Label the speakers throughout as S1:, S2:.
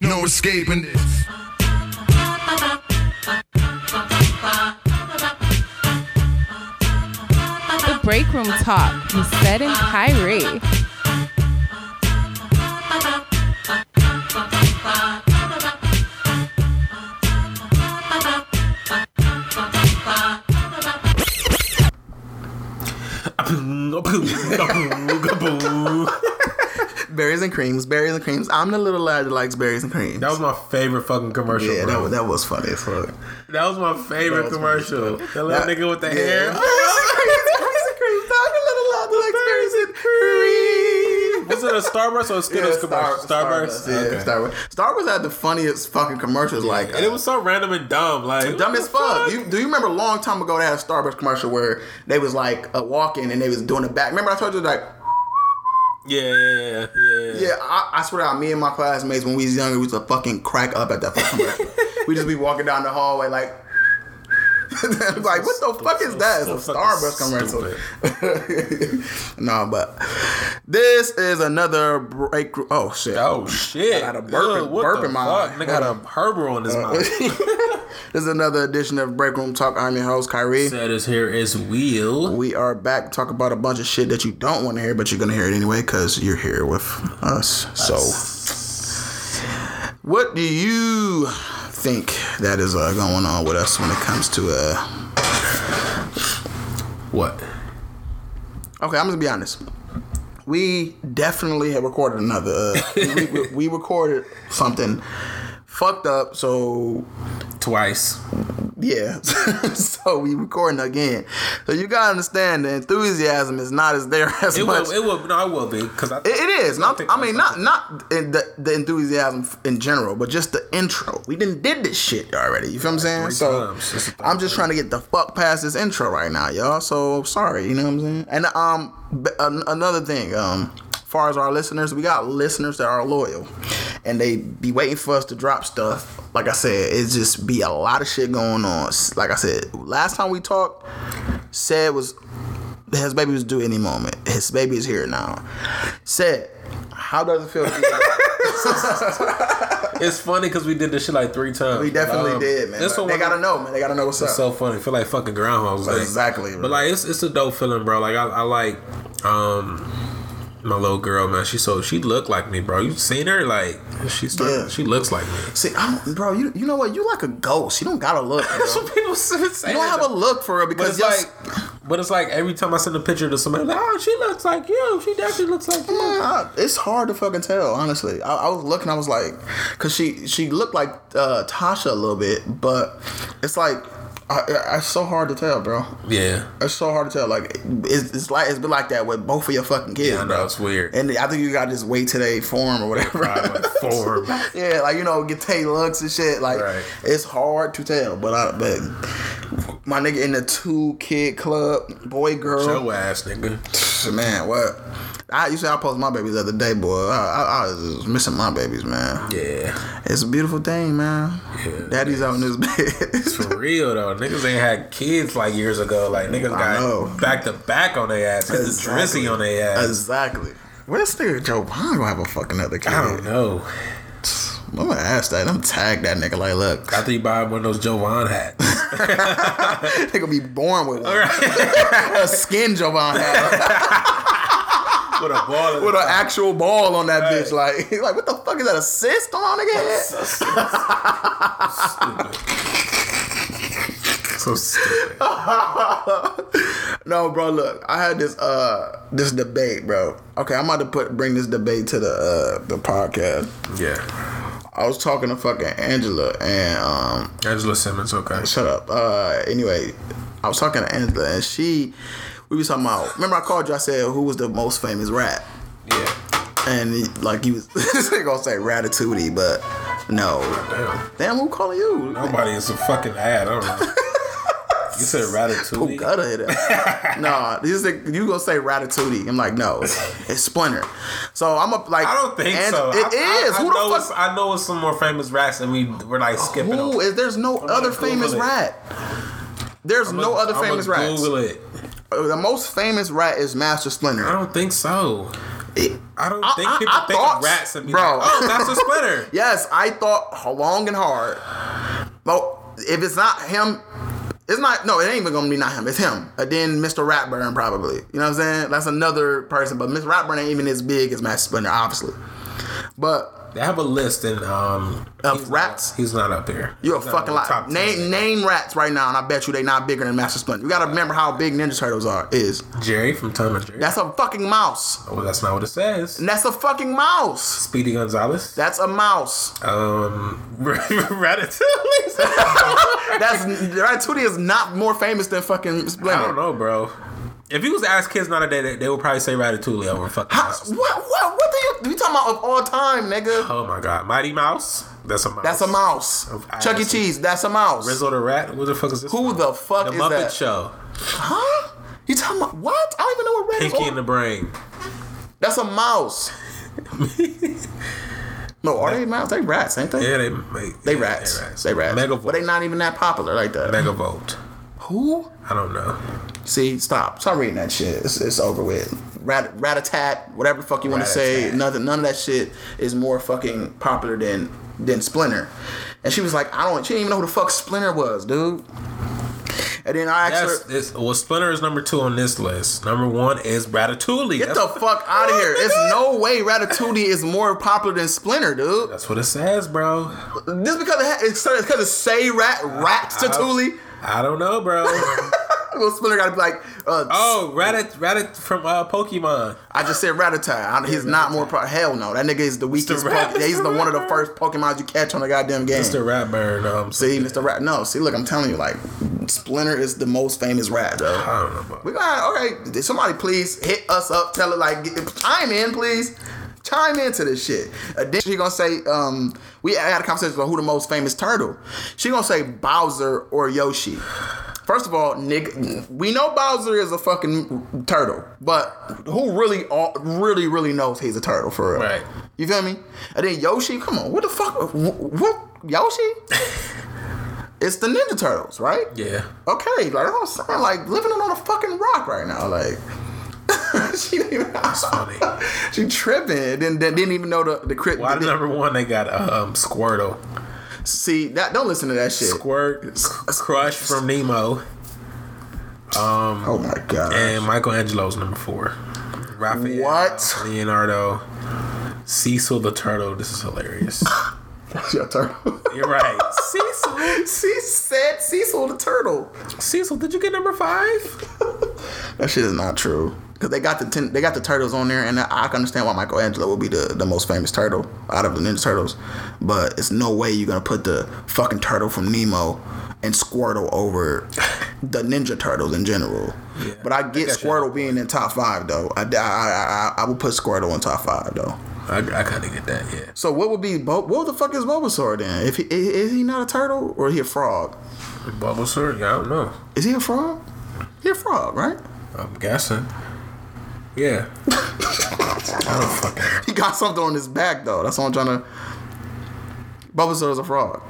S1: no escaping this.
S2: The break room talk with Seth and Kyrie.
S3: berries and creams, berries and creams. I'm the little lad that likes berries and creams.
S4: That was my favorite fucking commercial.
S3: yeah, that
S4: bro.
S3: was, that was funny as fuck.
S4: That was my favorite
S3: That was my
S4: commercial. That little nigga with the hair. Was it a Starburst or a Skittles commercial? Starburst.
S3: Starburst. Yeah,
S4: Okay.
S3: Starburst. Starburst had the funniest fucking commercials. Like, uh,
S4: And it was so random and dumb. Like
S3: dumb as fuck. You, do you remember a long time ago they had a Starburst commercial where they was like uh, walking and they was doing the back? Remember I told you like,
S4: Yeah, yeah, yeah, yeah.
S3: yeah, I, I swear to God, me and my classmates when we was younger, we used to fucking crack up at that fucking commercial. we just be walking down the hallway like. like what the fuck is that? It's a
S4: so
S3: Starburst
S4: fucking
S3: commercial. no, but this is another break. Oh shit!
S4: Oh shit!
S3: I got a burp in-
S4: Ugh, what
S3: burp
S4: the
S3: in my Uh,
S4: fuck?
S3: eye.
S4: Nigga got a herbal in his mouth.
S3: This is another edition of Break Room Talk. I'm your host, Kyrie.
S4: That is here is Will.
S3: We are back to talk about a bunch of shit that you don't want to hear, but you're going to hear it anyway because you're here with us. So, what do you think that is uh, going on with us when it comes to. Uh...
S4: What?
S3: Okay, I'm going to be honest. We definitely have recorded another. Uh, we, we, we recorded something fucked up, so
S4: Twice.
S3: Yeah. so we recording again. So you gotta understand the enthusiasm is not as there as
S4: It
S3: much.
S4: will. It will. No, it will be because I.
S3: It- it is. Not,
S4: think
S3: I mean, not not in the, the enthusiasm f- in general, but just the intro. We didn't did this shit already. You feel what I'm saying?
S4: Three
S3: So
S4: times. This is the
S3: I'm just trying to get the fuck past this intro right now, y'all. So sorry, you know what I'm saying? And um, b- an- another thing, um, far as our listeners, we got listeners that are loyal, and they be waiting for us to drop stuff. Like I said, it's just be a lot of shit going on. S- Like I said, last time we talked, said was his baby was due any moment. His baby is here now. Said, how does it feel? to be-
S4: It's funny because we did this shit like three times.
S3: we definitely
S4: Um,
S3: did, man.
S4: This
S3: Like,
S4: one
S3: they
S4: was-
S3: gotta know, man. They gotta know what's up.
S4: It's so funny. feel like fucking Groundhog's Day.
S3: Exactly, bro.
S4: But like, it's it's a dope feeling, bro. Like I, I like um my little girl, man. She so she looked like me, bro. You seen her? Like she start,
S3: Yeah.
S4: she looks like me.
S3: See, I don't, bro, you you know what? You like a ghost. You don't gotta look.
S4: That's
S3: Bro.
S4: what people say.
S3: You don't have a look for her
S4: But it's
S3: because y'all-
S4: like, but it's like every time I send a picture to somebody, like, oh, she looks like you. She definitely looks like you.
S3: I- it's hard to fucking tell. Honestly, I, I was looking. I was like, cause she she looked like uh, Tasha a little bit, but it's like. I, I, it's so hard to tell, bro.
S4: Yeah,
S3: It's so hard to tell. Like it's, it's like it's been like that with both of your fucking kids,
S4: I know,
S3: bro.
S4: it's weird.
S3: And I think you gotta just wait till they form or whatever.
S4: I went forward.
S3: Yeah, like you know, get Tay looks and shit. Like
S4: Right.
S3: it's hard to tell, but I but my nigga in the two kid club, boy girl,
S4: Your ass, nigga.
S3: man, what? I you see, I posted my babies the other day, boy. I, I, I was just missing my babies, man.
S4: Yeah,
S3: It's a beautiful thing, man. Daddy's out in his bed.
S4: for real though. Niggas ain't had kids like years ago. Like niggas
S3: I know.
S4: got back to back on their ass. Get the
S3: Exactly.
S4: drizzy on their ass.
S3: exactly. Where's nigga Joe Bond gonna have a fucking other kid?
S4: I don't know.
S3: I'm gonna ask that. I'm tag that nigga like, look,
S4: After you buy one of those Jovan hats,
S3: nigga be born with one. a skin Jovan had.
S4: with a ball, in
S3: with
S4: it.
S3: an actual ball on that
S4: Hey.
S3: bitch. Like, like what the fuck is that? A cyst on my nigga head?
S4: so stupid.
S3: No, bro. Look, I had this uh this debate, bro. Okay, I'm about to put bring this debate to the uh the podcast.
S4: Yeah,
S3: I was talking to fucking Angela and um
S4: Angela Simmons. Okay,
S3: shut up. Uh, anyway, I was talking to Angela and she we was talking about. Remember I called you? I said who was the most famous rap.
S4: yeah.
S3: And he, like you was this ain't gonna say ratitude, but no.
S4: Damn,
S3: Damn, who calling you?
S4: nobody is a fucking ad. I don't know. You said ratatouille.
S3: Gotta hit it. no, this is like, you gonna say Ratatouille? I'm like, no, it's Splinter. So I'm a like.
S4: I don't think
S3: and-
S4: so.
S3: It
S4: I-
S3: is.
S4: I, I
S3: Who
S4: know
S3: the
S4: it's-
S3: fuck?
S4: I know it's some more famous rats, and we we're like skipping.
S3: Who
S4: over.
S3: is? There's no other
S4: gonna
S3: famous
S4: Google it.
S3: rat. There's no other
S4: I'ma
S3: famous rats.
S4: Google it.
S3: Uh, The most famous rat is Master
S4: I
S3: Splinter.
S4: don't think so.
S3: it-
S4: I don't
S3: I-
S4: think
S3: I-
S4: people
S3: I
S4: think
S3: thought-
S4: of rats and be
S3: bro.
S4: like, oh, that's a splinter.
S3: yes, I thought h- long and hard. Well, if it's not him, it's not. No, it ain't even gonna be not him. It's him. And then Mr. Ratburn probably. You know what I'm saying? That's another person. But Mr. Ratburn ain't even as big as Matt Splinter, obviously. But
S4: They have a list and um
S3: Of
S4: he's
S3: rats?
S4: Not, he's not up there.
S3: you're a
S4: He's not
S3: fucking
S4: on the
S3: lot.
S4: top
S3: Name
S4: 10.
S3: name rats right now, and I bet you they not bigger than Master Splinter. You gotta remember how big Ninja Turtles are. Is
S4: Jerry from Tom and Jerry. Oh,
S3: that's a fucking mouse.
S4: well, that's not what it says.
S3: And that's a fucking mouse.
S4: Speedy Gonzalez.
S3: That's a mouse.
S4: Um, Ratatouille.
S3: That's Ratatouille is not more famous than fucking Splinter.
S4: I don't know, bro. If you was to ask kids not a day, they, they would probably say Ratatouille over fucking.
S3: How,
S4: mouse.
S3: what what what do you we talking about of all time, nigga?
S4: Oh my god, Mighty Mouse. That's a mouse.
S3: That's a mouse.
S4: Of
S3: Chuck E.
S4: ISO.
S3: Cheese. That's a mouse.
S4: Rizzo the Rat. What the fuck is this?
S3: Who
S4: from?
S3: the fuck
S4: The
S3: is
S4: Muppet
S3: that?
S4: Show.
S3: Huh? You talking about what? I don't even know what red
S4: Pinky
S3: is.
S4: and the Brain.
S3: That's a mouse. no, are they mouse? They rats, ain't they?
S4: Yeah, they they,
S3: They rats. They rats.
S4: Megavolt.
S3: But they not even that popular like that.
S4: Megavolt.
S3: Who?
S4: I don't know.
S3: See, stop. Stop reading that shit. It's, it's over with. Rat, rat tat, whatever the fuck you want to say.
S4: Rat-a-tat.
S3: Nothing. None of that shit is more fucking popular than than Splinter. And she was like, I don't. She didn't even know who the fuck Splinter was, dude. And then I asked
S4: That's
S3: her,
S4: it's, well, Splinter is number two on this list. Number one is Ratatouille.
S3: "Get
S4: that's,
S3: the fuck out of here! It's no way Ratatouille is more popular than Splinter, dude.
S4: that's what it says, bro.
S3: Just because it ha- it's because it say rat Ratatouille,
S4: I don't know, bro.
S3: well, Splinter got to be like, uh,
S4: oh, Ratat Ratat from uh, Pokemon.
S3: I just said Rattata. I, he's not more pro. Hell no, that nigga is the weakest.
S4: Rat-
S3: Poke- he's the one of the first Pokemon you catch on the goddamn game.
S4: Mr. Ratburn. Um,
S3: See, Mr. Rat. No, see, look, I'm telling you, like Splinter is the most famous rat, though.
S4: I don't know, bro.
S3: We got all right. Did somebody please hit us up? Tell it like get- chime in, please. Chime into this shit. Uh, then she gonna say, um, we had a conversation about who the most famous turtle. She gonna say Bowser or Yoshi. First of all, nigga, we know Bowser is a fucking turtle, but who really, all, really, really knows he's a turtle for real?
S4: Right.
S3: You feel me? And then Yoshi, come on, what the fuck? wh- What Yoshi? it's the Ninja Turtles, right?
S4: Yeah.
S3: okay, like I'm saying, like living on a fucking rock right now, like. she didn't even
S4: funny.
S3: she tripping. And then then- didn't even know the the crit.
S4: Why
S3: the-
S4: number one they got um Squirtle,
S3: see that? Don't listen to that shit.
S4: Squirt, Crush from Nemo,
S3: oh my god.
S4: and Michelangelo's number four. Raphael,
S3: What?
S4: Leonardo, Cecil the Turtle. This is hilarious.
S3: That's your turtle.
S4: You're right, Cecil.
S3: she said Cecil the turtle.
S4: Cecil, did you get number five?
S3: That shit is not true. Cause they got the ten, they got the turtles on there, and I can understand why Michelangelo would be the, the most famous turtle out of the Ninja Turtles, but it's no way you're gonna put the fucking turtle from Nemo and Squirtle over the Ninja Turtles in general.
S4: Yeah,
S3: but I
S4: I
S3: get
S4: got you.
S3: Squirtle being in top five though. I, I, I, I, I would put Squirtle in top five though.
S4: I, I kind of get that. Yeah.
S3: So what would be Bo- what the fuck is Bulbasaur then? If he is, is he not a turtle or is he a frog?
S4: Bulbasaur? Yeah, I don't know.
S3: Is he a frog? He a frog, right?
S4: I'm guessing. Yeah. I don't fucking know.
S3: He got something on his back though. That's what I'm trying to. Bulbasaur's a frog.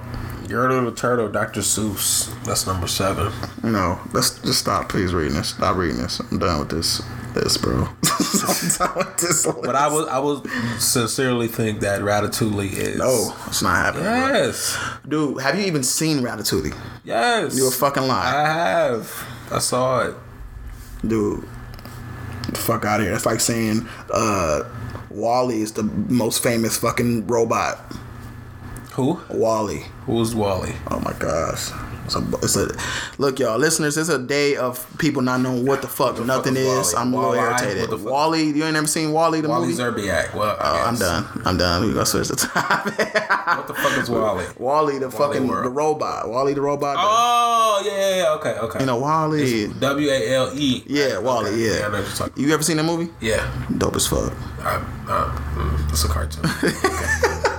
S4: Your Little Turtle, Dr. Seuss. That's number seven.
S3: No, let's just stop. Please reading this. Stop reading this. I'm done with this. This, bro. I'm done with this.
S4: But I was, I was sincerely think that Ratatouille is.
S3: No, it's not happening. bro.
S4: Yes.
S3: Dude, have you even seen Ratatouille?
S4: Yes.
S3: You a fucking
S4: I
S3: lie,
S4: have. I saw it.
S3: dude. The fuck out of here. It's like saying uh, Wally is the most famous fucking robot.
S4: Who?
S3: Wally.
S4: Who's Wally?
S3: Oh my gosh. It's a, it's a look, y'all listeners. It's a day of people not knowing what the fuck nothing
S4: is
S3: is.
S4: Wall-E?
S3: I'm a little
S4: Wall-E,
S3: irritated.
S4: what the fuck?
S3: Wally, you ain't never seen Wally the
S4: Wally
S3: movie?
S4: Zerbiak. Well,
S3: Oh,
S4: I
S3: I'm
S4: guess.
S3: done. I'm done. We gonna switch the topic.
S4: What the fuck is Wally?
S3: Wally the fucking
S4: World.
S3: the robot. Wally the robot.
S4: Oh yeah, yeah, yeah. Okay, okay.
S3: you know Wally.
S4: W a l e.
S3: Yeah, Wally.
S4: Okay,
S3: Yeah.
S4: I know what you're talking.
S3: you ever seen that movie?
S4: Yeah. Uh,
S3: Dope as fuck.
S4: I, I, mm, it's a cartoon. Okay.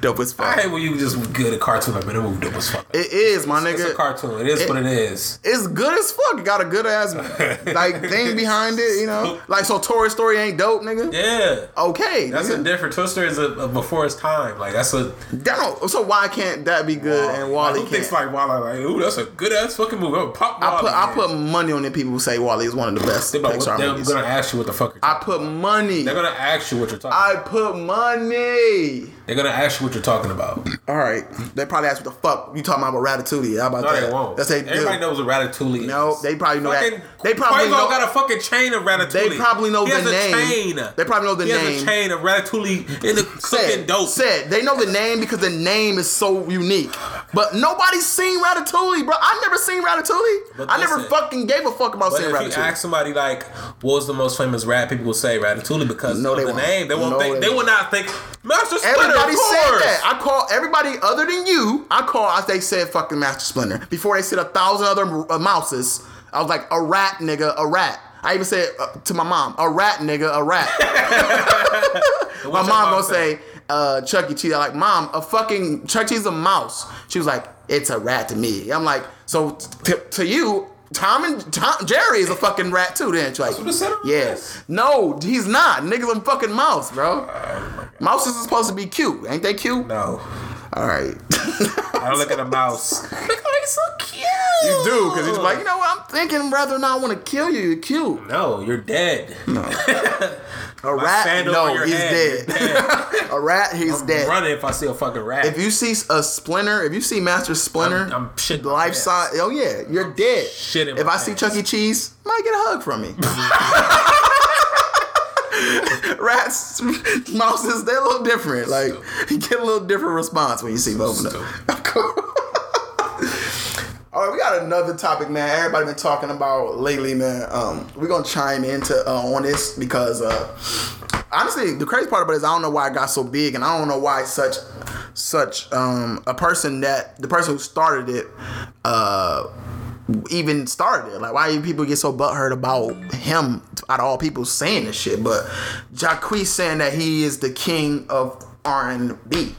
S3: Dope as
S4: I
S3: fuck.
S4: hate when you just good at cartoon. Like, man, that movie dope as fuck.
S3: It is, my
S4: it's a
S3: nigga.
S4: cartoon. It is what it is.
S3: it's good as fuck. It got a good ass like thing behind it, you know. Like so, Toy Story ain't dope, nigga.
S4: Yeah.
S3: Okay,
S4: That's a
S3: nigga.
S4: different Twister is a, a before its time. Like that's a
S3: Down. So why can't that be good and Wally
S4: Like, who
S3: can't?
S4: thinks like Wally? Like, ooh, that's a good ass fucking movie. I'm gonna pop
S3: I
S4: Wally.
S3: put I
S4: in.
S3: put money on the people who say Wally is one of the best
S4: They about-
S3: Pixar
S4: they're
S3: movies.
S4: gonna ask you what the fuck. You're
S3: I
S4: talking.
S3: put money.
S4: They're gonna ask you what you're talking.
S3: I put money.
S4: they're gonna ask you what you're talking about.
S3: All right, they probably ask what the fuck you talking about with Ratatouille. How about
S4: No,
S3: that?
S4: they won't.
S3: That's they
S4: Everybody
S3: do.
S4: knows what Ratatouille is.
S3: No, they probably know
S4: fucking,
S3: that. They probably
S4: Quavo
S3: know-
S4: got a fucking chain of Ratatouille.
S3: They probably know
S4: he has
S3: the
S4: a
S3: name.
S4: Chain.
S3: They probably know the
S4: he Has
S3: name.
S4: a chain of Ratatouille in the cooking
S3: Said,
S4: dope.
S3: said they know the name because the name is so unique. But nobody's seen Ratatouille, bro. I never seen Ratatouille.
S4: But
S3: I never
S4: listen,
S3: fucking gave a fuck about
S4: But
S3: seeing
S4: if
S3: Ratatouille.
S4: you ask somebody like, what was the most famous rap? People will say Ratatouille because
S3: No,
S4: of
S3: they
S4: the
S3: won't.
S4: name. They won't
S3: No,
S4: think.
S3: they
S4: They, will
S3: won't.
S4: not think. Master Splinter.
S3: Everybody
S4: of
S3: said
S4: course.
S3: that. I call everybody other than you. I call. I they said fucking Master Splinter before they said a thousand other uh, mouses. I was like a rat, nigga, a rat. I even said uh, to my mom, a rat, nigga, a rat.
S4: What
S3: my
S4: your
S3: mom gonna
S4: said?
S3: say uh, Chuck E. Cheese. I'm like, mom, a fucking Chuck E. Cheese is a mouse. She was like, it's a rat to me. I'm like, so t- to you. Tom and Tom, Jerry is a fucking rat too. Then she's like,
S4: what the center is.
S3: yes, no, he's not. Niggas a fucking mouse, bro. Mouses is supposed to be cute, ain't they cute?
S4: No.
S3: All right.
S4: I look at a mouse. Look, oh, he's so cute.
S3: you do, because he's like, you know what? I'm thinking whether or not I want to kill you, you're cute.
S4: No, you're dead.
S3: A
S4: My
S3: rat,
S4: sandal on
S3: no,
S4: your
S3: he's
S4: head,
S3: dead.
S4: you're
S3: a rat, he's dead.
S4: Running if I see a fucking rat.
S3: If you see a splinter, if you see Master Splinter,
S4: I'm- I'm shitting my
S3: life
S4: pants.
S3: size. Oh yeah, you're dead.
S4: shitting
S3: if
S4: my
S3: I see
S4: pants.
S3: Chuck E. Cheese, might get a hug from me. Rats, mouses, they're a little different. Like you get a little different response when you see both of them. All right, we got another topic, man. Everybody been talking about lately, man. Um, we're gonna chime into uh, on this because uh, honestly, the crazy part about it is I don't know why it got so big, and I don't know why such such um, a person that the person who started it uh, even started it. Like, why do people get so butthurt about him out of all people saying this shit? But Jacquees saying that he is the king of R and B.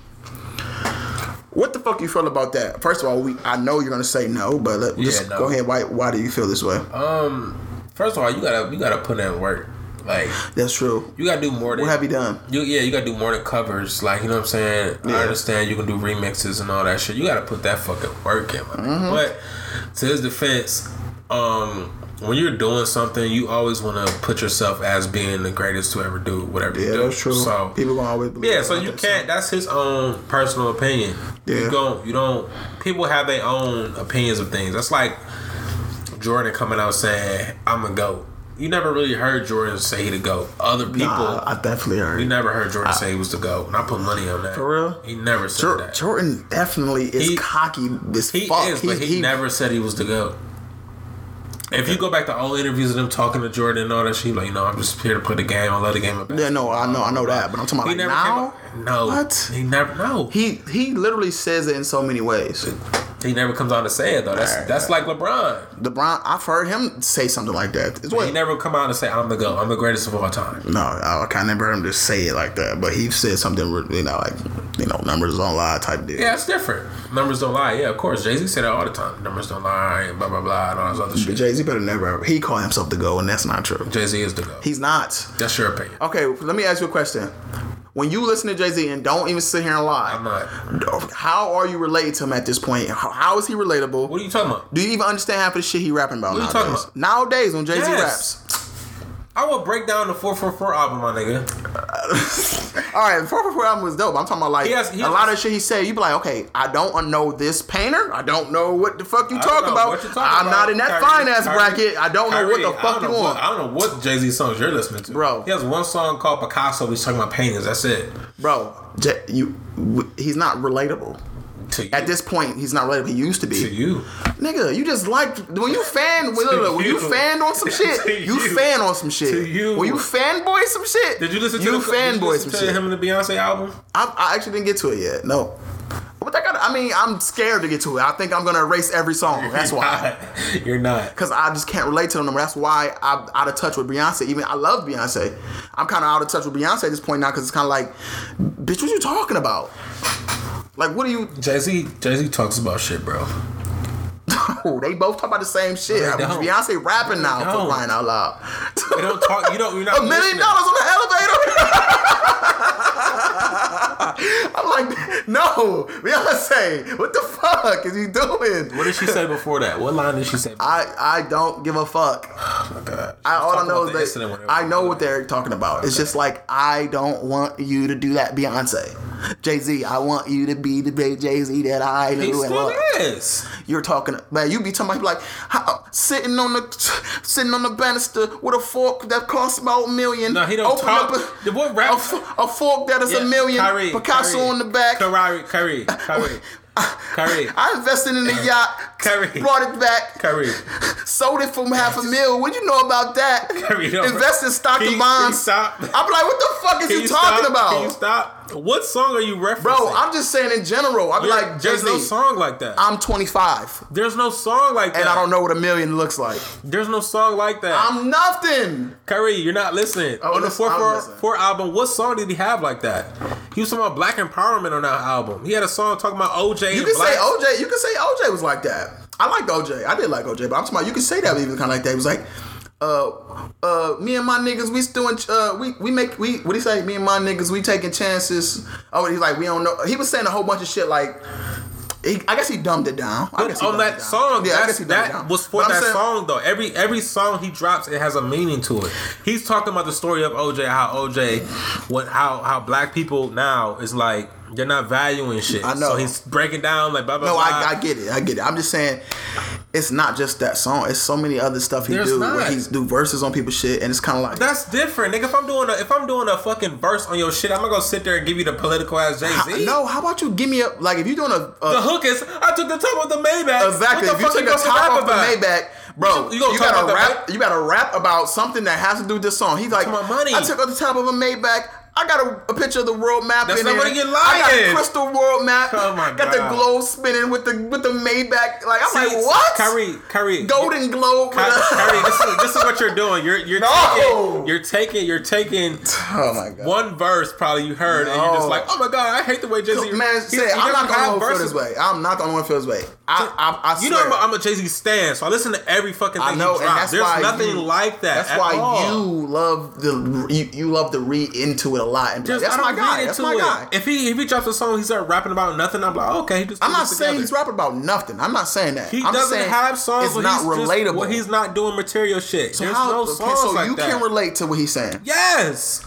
S3: What the fuck you feel about that? First of all, we I know you're gonna say no, but let, just
S4: no.
S3: go ahead. Why why do you feel this way?
S4: um, first of all, you gotta you gotta put in work. Like
S3: That's true.
S4: you gotta do more than
S3: What have you done?
S4: You, yeah, you gotta do more than covers. Like you know what I'm saying. I understand you can do remixes and all that shit. You gotta put that fucking work in. my nigga.
S3: Mm-hmm.
S4: But to his defense, um, when you're doing something, you always want to put yourself as being the greatest to ever do whatever you
S3: Yeah,
S4: do.
S3: that's true.
S4: So
S3: people gonna always believe
S4: yeah,
S3: that
S4: so
S3: about
S4: you
S3: that,
S4: can't. That's his own personal opinion.
S3: Yeah.
S4: You don't. You don't. People have their own opinions of things. That's like Jordan coming out saying, "I'm a goat." You never really heard Jordan say he the goat. Other people.
S3: Nah, I definitely
S4: We
S3: heard.
S4: never heard Jordan say he was the GOAT, and I put money on that.
S3: For real?
S4: He never said
S3: Jor-
S4: that.
S3: Jordan definitely is
S4: He-
S3: cocky as
S4: he
S3: fuck.
S4: is, but he, never said he was the GOAT. If you go back to all interviews of them talking to Jordan and all that shit, he like, you know, I'm just here to play the game. I love the game. of
S3: Yeah,
S4: basketball."
S3: no, I know, I know that, but I'm talking about
S4: He
S3: like
S4: never
S3: now.
S4: came out. No.
S3: What?
S4: He never, no. He,
S3: He he literally says it in so many ways.
S4: never comes out and say it, though. That's
S3: Alright.
S4: that's like LeBron.
S3: LeBron, I've heard him say something like that. It's what,
S4: He never come out and say, I'm the GOAT. I'm the greatest of all time.
S3: no, I kind of never heard him just say it like that, but he said something, you know, like you know, numbers don't lie type deal.
S4: Yeah, it's different. Numbers don't lie. Yeah, of course. Jay Z said that all the time. Numbers don't lie, and blah, blah, blah, and all this other shit.
S3: Jay Z better never. He called himself the goat, and that's not true.
S4: Jay Z is the GOAT.
S3: He's not.
S4: that's your opinion.
S3: Okay, let me ask you a question. When you listen to Jay Z and don't even sit here and
S4: I'm
S3: lie,
S4: not.
S3: how are you related to him at this point? How, how is he relatable?
S4: What are you talking about?
S3: Do you even understand half of the shit he rapping about
S4: What you
S3: nowadays?
S4: talking about?
S3: Nowadays, when Jay Z
S4: Yes.
S3: raps.
S4: I will break down the 444 album, my nigga.
S3: All right, 444 album was dope. I'm talking about like
S4: He has- he
S3: a lot
S4: has-
S3: of shit he said. You be like, okay, I don't know this painter. I don't know what the fuck you
S4: I don't
S3: talking
S4: know
S3: about.
S4: what you're talking
S3: I'm
S4: about.
S3: not in that
S4: Kyrie-
S3: finance
S4: Kyrie-
S3: bracket. I don't
S4: Kyrie,
S3: know
S4: I
S3: what the
S4: don't
S3: fuck you
S4: know
S3: want,
S4: What, I don't know what Jay Z songs you're listening to,
S3: Bro.
S4: He has one song called Picasso. He's talking about paintings. That's it.
S3: bro. Jay, you, w- he's not relatable.
S4: To you.
S3: At this point, he's not relatable. He used to be.
S4: to you.
S3: Nigga, you just like when you fan when, look, look, when you
S4: you.
S3: fan on some
S4: To
S3: shit, you
S4: you.
S3: fan on some shit.
S4: To you.
S3: When you fanboy some shit,
S4: Did you listen to the,
S3: you
S4: did
S3: fanboy
S4: listen
S3: some
S4: to
S3: shit?
S4: him and the Beyonce album?
S3: I, I actually didn't get to it yet. No, but I got I mean, I'm scared to get to it. I think I'm gonna erase every song. That's why.
S4: You're not.
S3: Cause I just can't relate to them. That's why I'm out of touch with Beyonce. Even I love Beyonce. I'm kind of out of touch with Beyonce at this point now because it's kind of like, bitch, what you talking about? Like, what are you?
S4: Jay Z Jay Z talks about shit, bro.
S3: they both talk about the same shit.
S4: No, they don't.
S3: Beyonce rapping now for
S4: don't.
S3: crying out loud.
S4: They don't talk. You don't. You're not.
S3: A million
S4: listening.
S3: dollars on the elevator. I'm like, no, Beyonce, what the fuck is he doing?
S4: What did she say before that? What line did she say?
S3: I, I don't give a fuck.
S4: Oh my God.
S3: I, all I
S4: Talk
S3: know
S4: about the
S3: is
S4: incident
S3: that
S4: when it
S3: I
S4: was-
S3: know what they're talking about. It's just like I don't want you to do that, Beyonce, Jay Z. I want you to be the big Jay Z that I knew
S4: He
S3: and
S4: still
S3: loved.
S4: is.
S3: You're talking, man. You be talking about like how, sitting on the sitting on the banister with a fork that costs about a million.
S4: No, he don't
S3: Open
S4: talk.
S3: up
S4: The boy rap-
S3: a f- a fork that is a million.
S4: Kyrie,
S3: Picasso
S4: Kyrie,
S3: on the back.
S4: Kyrie, Kyrie, Kyrie, Kyrie,
S3: I invested in the yacht.
S4: Kyrie.
S3: Brought it back.
S4: Kyrie.
S3: Sold it for half a mil. What you know about that?
S4: Kyrie, no.
S3: Invest in stock
S4: Can you-
S3: and bonds.
S4: can you stop?
S3: I'm like, what the fuck is
S4: Can
S3: you, talking
S4: stop? Can you
S3: about?
S4: stop? What song are you referencing?
S3: Bro, I'm just saying in general. I'm
S4: There-
S3: like, Jay
S4: there's no
S3: Z,
S4: song like that.
S3: I'm 25
S4: there's no song like that.
S3: and I don't know what a million looks like.
S4: There's no song like that.
S3: I'm nothing.
S4: Kyrie, you're not listening.
S3: Oh,
S4: on the
S3: listen,
S4: four
S3: I'm
S4: four
S3: listening.
S4: four album, what song did he have like that? He was talking about black empowerment on that album. He had a song talking about OJ.
S3: You
S4: and
S3: can
S4: black.
S3: say OJ. You can say OJ was like that. I liked OJ. I did like OJ, but I'm talking about you can say that even kind of like that. He was like, uh, uh, me and my niggas, we still in, uh, we we make we what he say? Me and my niggas, we taking chances. Oh, he's like, we don't know. He was saying a whole bunch of shit like. He, I guess he dumbed it down. I guess he
S4: on
S3: dumbed it
S4: that
S3: down.
S4: song,
S3: yeah, I
S4: that's,
S3: guess he dumbed it
S4: that
S3: down.
S4: was for
S3: But I'm
S4: that
S3: saying-
S4: song though. Every every song he drops, it has a meaning to it. He's talking about the story of OJ, how OJ, what how how black people now is like they're not valuing shit.
S3: I know.
S4: So he's breaking down like blah blah.
S3: No,
S4: blah.
S3: I, I get it. I get it. I'm just saying, it's not just that song. It's so many other stuff he
S4: There's
S3: do
S4: not.
S3: where he do verses on people's shit, and it's kind of like
S4: That's different, nigga. If I'm doing a if I'm doing a fucking verse on your shit, I'm not gonna sit there and give you the political ass Jay
S3: How-
S4: Z.
S3: no, how about you give me a like if you're doing a, a
S4: the hook is I took the top of the Maybach.
S3: Exactly.
S4: What the
S3: If you
S4: fuck
S3: took
S4: gonna
S3: the top
S4: rap
S3: off the
S4: about?
S3: Maybach, bro,
S4: You
S3: you,
S4: gonna talk about
S3: gotta
S4: the
S3: rap. You gotta rap about something that has to do with this song. He's like,
S4: my money.
S3: I took off the top of a Maybach. I got a, a picture of the world map
S4: That's
S3: in
S4: not
S3: there.
S4: what you're
S3: I got
S4: lying.
S3: a crystal world map.
S4: Oh my
S3: got
S4: God.
S3: the globe spinning with the with the Maybach. Like I'm like, what?
S4: Kyrie, Kyrie,
S3: Golden globe. With
S4: Ky-
S3: a-
S4: Kyrie, this is, this is what you're doing. You're you're
S3: No.
S4: taking you're taking you're taking
S3: oh my god.
S4: one verse probably you heard and you're just
S3: No.
S4: like, oh my god, I hate the way Jay Z.
S3: Man, say, I'm not the only one who feel this way. I'm not the only one who feels this way. I, I, I
S4: You know
S3: swear.
S4: I'm a, I'm a Jay Z stan, so I listen to every fucking thing
S3: I know,
S4: he
S3: and
S4: drops.
S3: that's
S4: There's
S3: why
S4: nothing
S3: you-
S4: like that.
S3: That's
S4: at
S3: why
S4: all.
S3: you love the you, you love to read into it a lot. And be like,
S4: Just-
S3: that's
S4: I
S3: my
S4: don't read
S3: guy. That's
S4: into
S3: my
S4: it.
S3: guy.
S4: If he if he drops a song, he start rapping about nothing. I'm like, "Oh, okay, he just.
S3: I'm
S4: put
S3: not
S4: this
S3: saying
S4: together.
S3: he's rapping about nothing. I'm not saying that.
S4: He
S3: I'm
S4: doesn't
S3: saying
S4: have songs.
S3: It's
S4: where
S3: not
S4: he's just-
S3: relatable.
S4: where he's not doing material shit. There's no
S3: okay,
S4: songs
S3: so
S4: like
S3: you
S4: that.
S3: can relate to what he's saying.
S4: yes.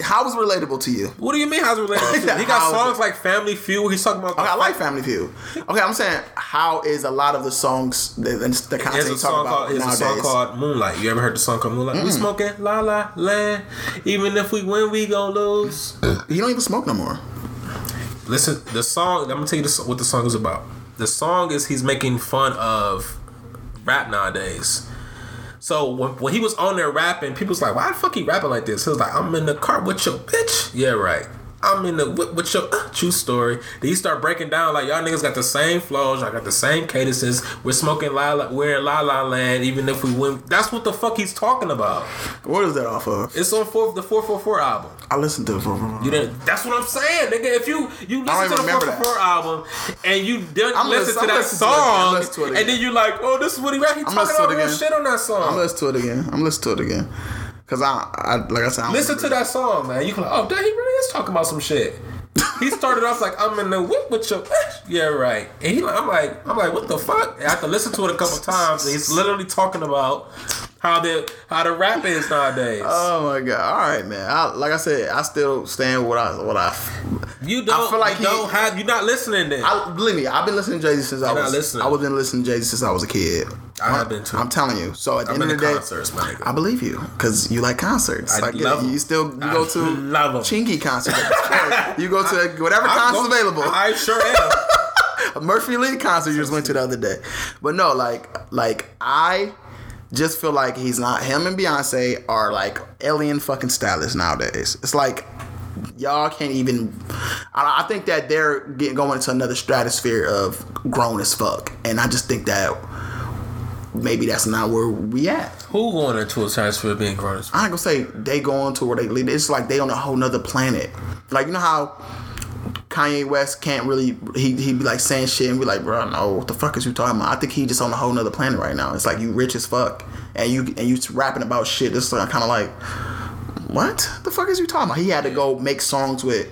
S3: How is it relatable to you?
S4: What do you mean? How's it related? to- He
S3: How
S4: got
S3: is
S4: songs
S3: it?
S4: like Family Feud. He's talking about.
S3: Okay, I like Family Feud. Okay, I'm saying how is a lot of the songs that, and the content
S4: There's a
S3: you
S4: song called
S3: talk about
S4: There's a song
S3: nowadays?
S4: called Moonlight. You ever heard the song called Moonlight? We smoking la la land. Even if we win, we gon' lose.
S3: you don't even smoke no more.
S4: Listen, the song. I'm gonna tell you this, what the song is about. The song is he's making fun of rap nowadays. So when, when he was on there rapping, people was like, "Why the fuck he rapping like this?" He was like, "I'm in the car with your bitch." Yeah, right. I'm in the with, with your uh, true story. Then he start breaking down like y'all niggas got the same flows, y'all got the same cadences. We're smoking la la, we're in la la land. Even if we win, that's what the fuck he's talking about.
S3: What is that off of?
S4: It's on four, the four four four album.
S3: I listened to it for.
S4: You didn't. That's what I'm saying, nigga. If you you
S3: I
S4: listen to the
S3: don't even remember
S4: Four
S3: that.
S4: Four album and you didn't
S3: I'm
S4: listen
S3: listen-
S4: to
S3: I'm
S4: that
S3: listen to it again. I'm
S4: song,
S3: listen to it
S4: and
S3: again.
S4: then you like, oh, this is what he rap. He talking
S3: listen to
S4: all
S3: it
S4: real
S3: again.
S4: shit on that song.
S3: I'm listening to it again. I'm listening to it again. Cause I, I like I said, I don't
S4: listen
S3: remember
S4: to that song, man. You can like, oh, damn, he really is talking about some shit. he started off like, I'm in the whip with your bitch. Yeah, right. And he, like- I'm like, I'm like, what the fuck? And I can listen to it a couple times. And he's literally talking about how the how the rap is nowadays.
S3: Oh my god! All right, man. I, like I said, I still stand with what I what I.
S4: you don't.
S3: feel like
S4: you
S3: he-
S4: don't have. You're not listening. Then
S3: I believe me. I've been listening to Jay Z since I
S4: You're not
S3: was.
S4: listening.
S3: I was been listening to Jay Z since I was a kid.
S4: I have been too.
S3: I'm telling you. So at the
S4: I've
S3: end
S4: been
S3: of
S4: to
S3: the day,
S4: concerts, my nigga.
S3: I believe you because you like concerts.
S4: I
S3: I, get
S4: love
S3: it.
S4: 'em.
S3: You still you
S4: I
S3: go to
S4: love 'em.
S3: Chingy concert. you go to whatever
S4: I'm
S3: concert's
S4: go-
S3: available.
S4: I sure am.
S3: A Murphy Lee concert you just went to the other day. But no, like like I just feel like he's not him and Beyonce are like alien fucking stylists nowadays. It's like y'all can't even. I, I think that they're getting going to another stratosphere of grown as fuck, and I just think that maybe that's not where we at.
S4: Who going into a science for being grown as fuck?
S3: I ain't gonna say they going to where they lead. It's like they on a whole nother planet. Like you know how Kanye West can't really he he be like saying shit and be like, bro, no, what the fuck is you talking about? I think he just on a whole nother planet right now. It's like you rich as fuck and you and you rapping about shit. This like kind of like what the fuck is you talking about? He had to go make songs with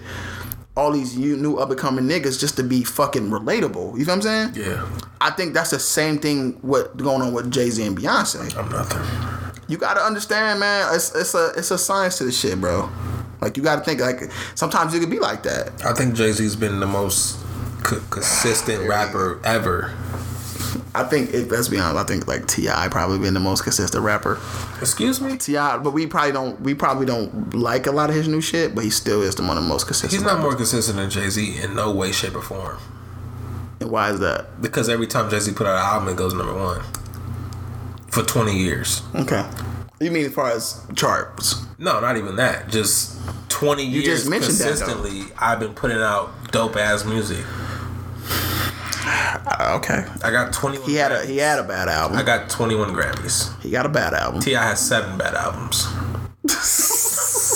S3: all these you new up and coming niggas just to be fucking relatable. You know what I'm saying?
S4: Yeah,
S3: I think that's the same thing what going on with Jay Z and Beyonce.
S4: I'm nothing.
S3: You gotta understand, man. It's it's a it's a science to this shit, bro. Like you gotta think like sometimes you could be like that.
S4: I think Jay Z's been the most co- consistent rapper ever.
S3: I think if, let's be honest, I think like Ti probably been the most consistent rapper.
S4: Excuse me.
S3: Ti, but we probably don't we probably don't like a lot of his new shit, but he still is the one of the most consistent.
S4: He's not more consistent than Jay Z in no way, shape, or form.
S3: And why is that?
S4: Because every time Jay Z put out an album, it goes number one for 20 years.
S3: Okay. You mean as far as charts?
S4: No, not even that. Just 20 years
S3: just mentioned that, though.
S4: consistently, I've been putting out dope ass music.
S3: Uh, okay.
S4: I got 21.
S3: He had a he had a bad album.
S4: I got 21 Grammys.
S3: he got a bad album.
S4: Ti has seven bad albums.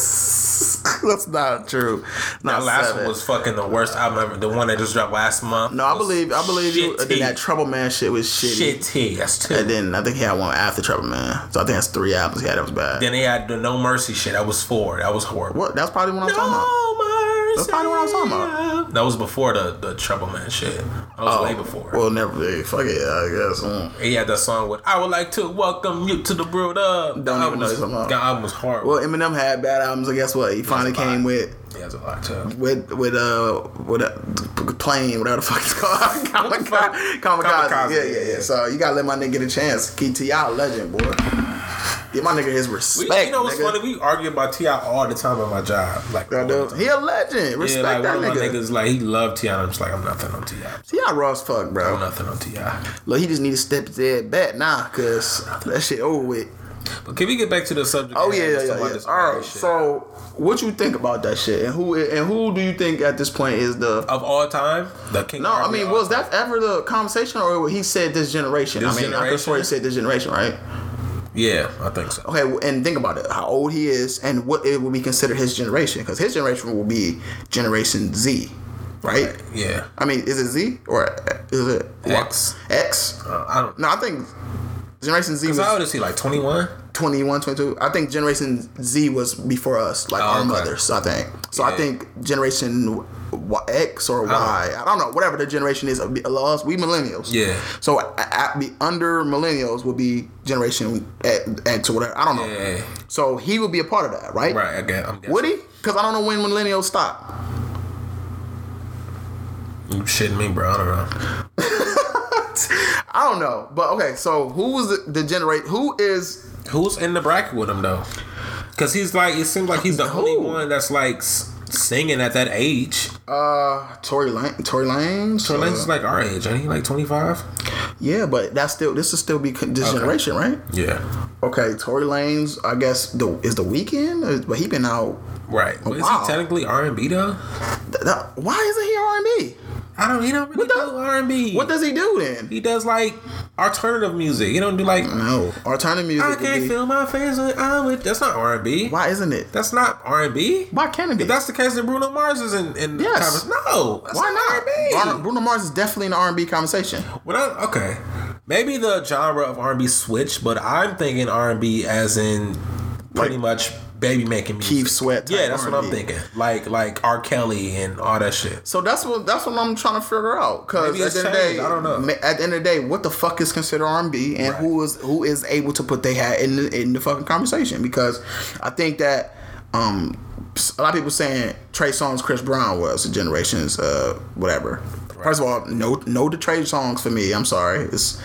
S3: That's not true.
S4: That
S3: Not
S4: last
S3: seven.
S4: one was fucking the worst album ever. The one that just dropped last month.
S3: No, I
S4: was
S3: believe I believe you. And then
S4: shitty.
S3: that Trouble Man shit was shitty.
S4: shitty. That's two.
S3: And then I think he had one after Trouble Man. So I think that's three albums he had that was bad.
S4: Then they had the No Mercy shit. That was four. That was horrible.
S3: what? That's probably what I'm talking about.
S4: No Mercy.
S3: That's probably what I was talking about. Oh,
S4: That was before the the Trouble Man shit. That was way before.
S3: Well, never. really. Fuck it. I guess. Mm.
S4: he had that song with "I would like to welcome you to the world up."
S3: Don't even
S4: album
S3: know
S4: was-
S3: what you're talking about.
S4: The album was horrible.
S3: Well, Eminem had bad albums. I guess what he finally
S4: That's fine.
S3: came with
S4: he has a lot to.
S3: with with uh with a plane whatever the fuck it's called
S4: What the fuck?
S3: kamikaze.
S4: Kamikaze,
S3: kamikaze yeah yeah yeah
S4: yeah.
S3: so you gotta let my nigga get a chance Key Ti legend boy give my nigga his
S4: We,
S3: respect
S4: you know what's
S3: nigga.
S4: funny? We argue about Ti all the time at my job. Like,
S3: Y'all
S4: all the
S3: do?
S4: time.
S3: he a legend
S4: yeah,
S3: respect
S4: like
S3: that
S4: one of my
S3: nigga
S4: niggas, like he loved Ti. and I'm just like, I'm nothing on Ti.
S3: Ti raw as fuck
S4: I'm
S3: bro
S4: nothing on Ti.
S3: look he just need to step his head back now cause that shit over with
S4: But can we get back to the subject?
S3: oh
S4: at hand?
S3: yeah yeah
S4: Let's
S3: yeah,
S4: talk about
S3: yeah.
S4: this
S3: all right
S4: shit.
S3: so what you think about that shit and who and who do you think at this point is the
S4: of all time, the King.
S3: No, I mean, was that ever the conversation, or he said this generation?
S4: uh, This
S3: I mean, I
S4: generation?
S3: could swear he said this generation, right?
S4: Yeah, I think so.
S3: Okay, well, and think about it: how old he is, and what it would be considered his generation, because his generation will be Generation Z, right?
S4: Yeah,
S3: I mean, is it Z or uh, is it
S4: X.
S3: X?
S4: Uh, I don't.
S3: No, I think Generation Z
S4: Cause I
S3: was
S4: would see like 21.
S3: 21, 22. I think Generation Z was before us, like
S4: Oh,
S3: our
S4: okay.
S3: mothers, I think. So
S4: Yeah.
S3: I think Generation y- X or Y, I don't, know, whatever the generation is uh, of of us, we millennials.
S4: Uh-huh. Yeah.
S3: So I, I be under millennials would be Generation X or whatever. I don't know.
S4: Yeah.
S3: So he would be a part of that, right?
S4: Right. I guess. I'm guessing.
S3: Would he? Because I don't know when millennials stop.
S4: You shitting me, bro? I don't know.
S3: I don't know. But okay, so who was the, the generate? Who is
S4: Who's in the bracket with him though? Cause he's like, it seems like he's the only
S3: Who?
S4: one that's like s- singing at that age.
S3: uh Tory Lane? Tory Lanez?
S4: So
S3: Uh,
S4: Lance is like our age, ain't he? Like 25.
S3: Yeah, but that's still this is still be con- this
S4: Okay.
S3: generation, right?
S4: Yeah.
S3: Okay, Tory Lanez, I guess the is the weekend, Is- but he been out.
S4: Right. But is
S3: Wow.
S4: he technically R and B though?
S3: th- th- why isn't he R and
S4: I don't. He don't really
S3: What the-
S4: do R and B.
S3: B? What does he do then?
S4: he does? Like alternative music. He don't do like.
S3: No, alternative music.
S4: I
S3: would
S4: can't
S3: be-
S4: feel my face. when I'm with. That's not R and B.
S3: Why isn't it?
S4: That's not R and B.
S3: Why can't it be?
S4: If that's the case, then Bruno Mars is in. in
S3: Yes.
S4: Converse. No. That's
S3: why not?
S4: not?
S3: Bruno, Bruno Mars is definitely in the R and B conversation.
S4: When I, okay, maybe the genre of R and B switched, but I'm thinking R and B as in pretty
S3: Like
S4: much baby making music.
S3: Keith Sweat type
S4: Yeah, that's what I'm
S3: R&B.
S4: thinking. Like like R. Kelly and all that shit.
S3: So that's what that's what I'm trying to figure out. Because
S4: Maybe
S3: at
S4: it's
S3: the end of the day,
S4: changed. I don't know.
S3: ma- At the end of the day, what the fuck is considered R and B, and who is who is able to put their hat in the, in the fucking conversation? Because I think that um a lot of people saying Trey Songz, Chris Brown was the generations, uh, whatever. First of all, no no to Trey Songs for me. I'm sorry. It's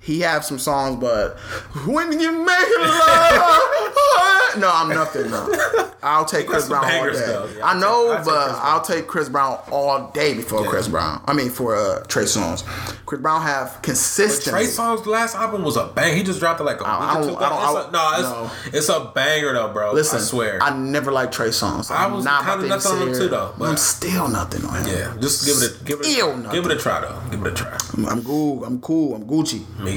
S3: he have some songs, but when you make love, no, I'm nothing. No, I'll take Chris
S4: some
S3: Brown all
S4: bangers,
S3: day.
S4: though. Yeah,
S3: I
S4: I'll
S3: know,
S4: take- I'll take
S3: but
S4: Chris Brown.
S3: I'll take Chris Brown all day before
S4: Yeah.
S3: Chris Brown. I mean, for uh, Trey Songz. Chris Brown have consistency.
S4: Trey Songz' last album was a bang. He just dropped it like a
S3: I
S4: week or
S3: don't-
S4: two
S3: I
S4: ago.
S3: don't-
S4: It's a- No, it's,
S3: no.
S4: it's a banger though, bro.
S3: Listen,
S4: I swear.
S3: I never liked Trey Songz.
S4: I
S3: I'm
S4: was
S3: not my
S4: kinda
S3: biggest
S4: nothing on him
S3: hater.
S4: too, though, but-
S3: I'm still nothing on him.
S4: yeah, just give it a give it
S3: Still
S4: a,
S3: nothing.
S4: give it a try though. Give it a try.
S3: I'm, I'm cool. I'm cool. I'm Gucci.
S4: Me,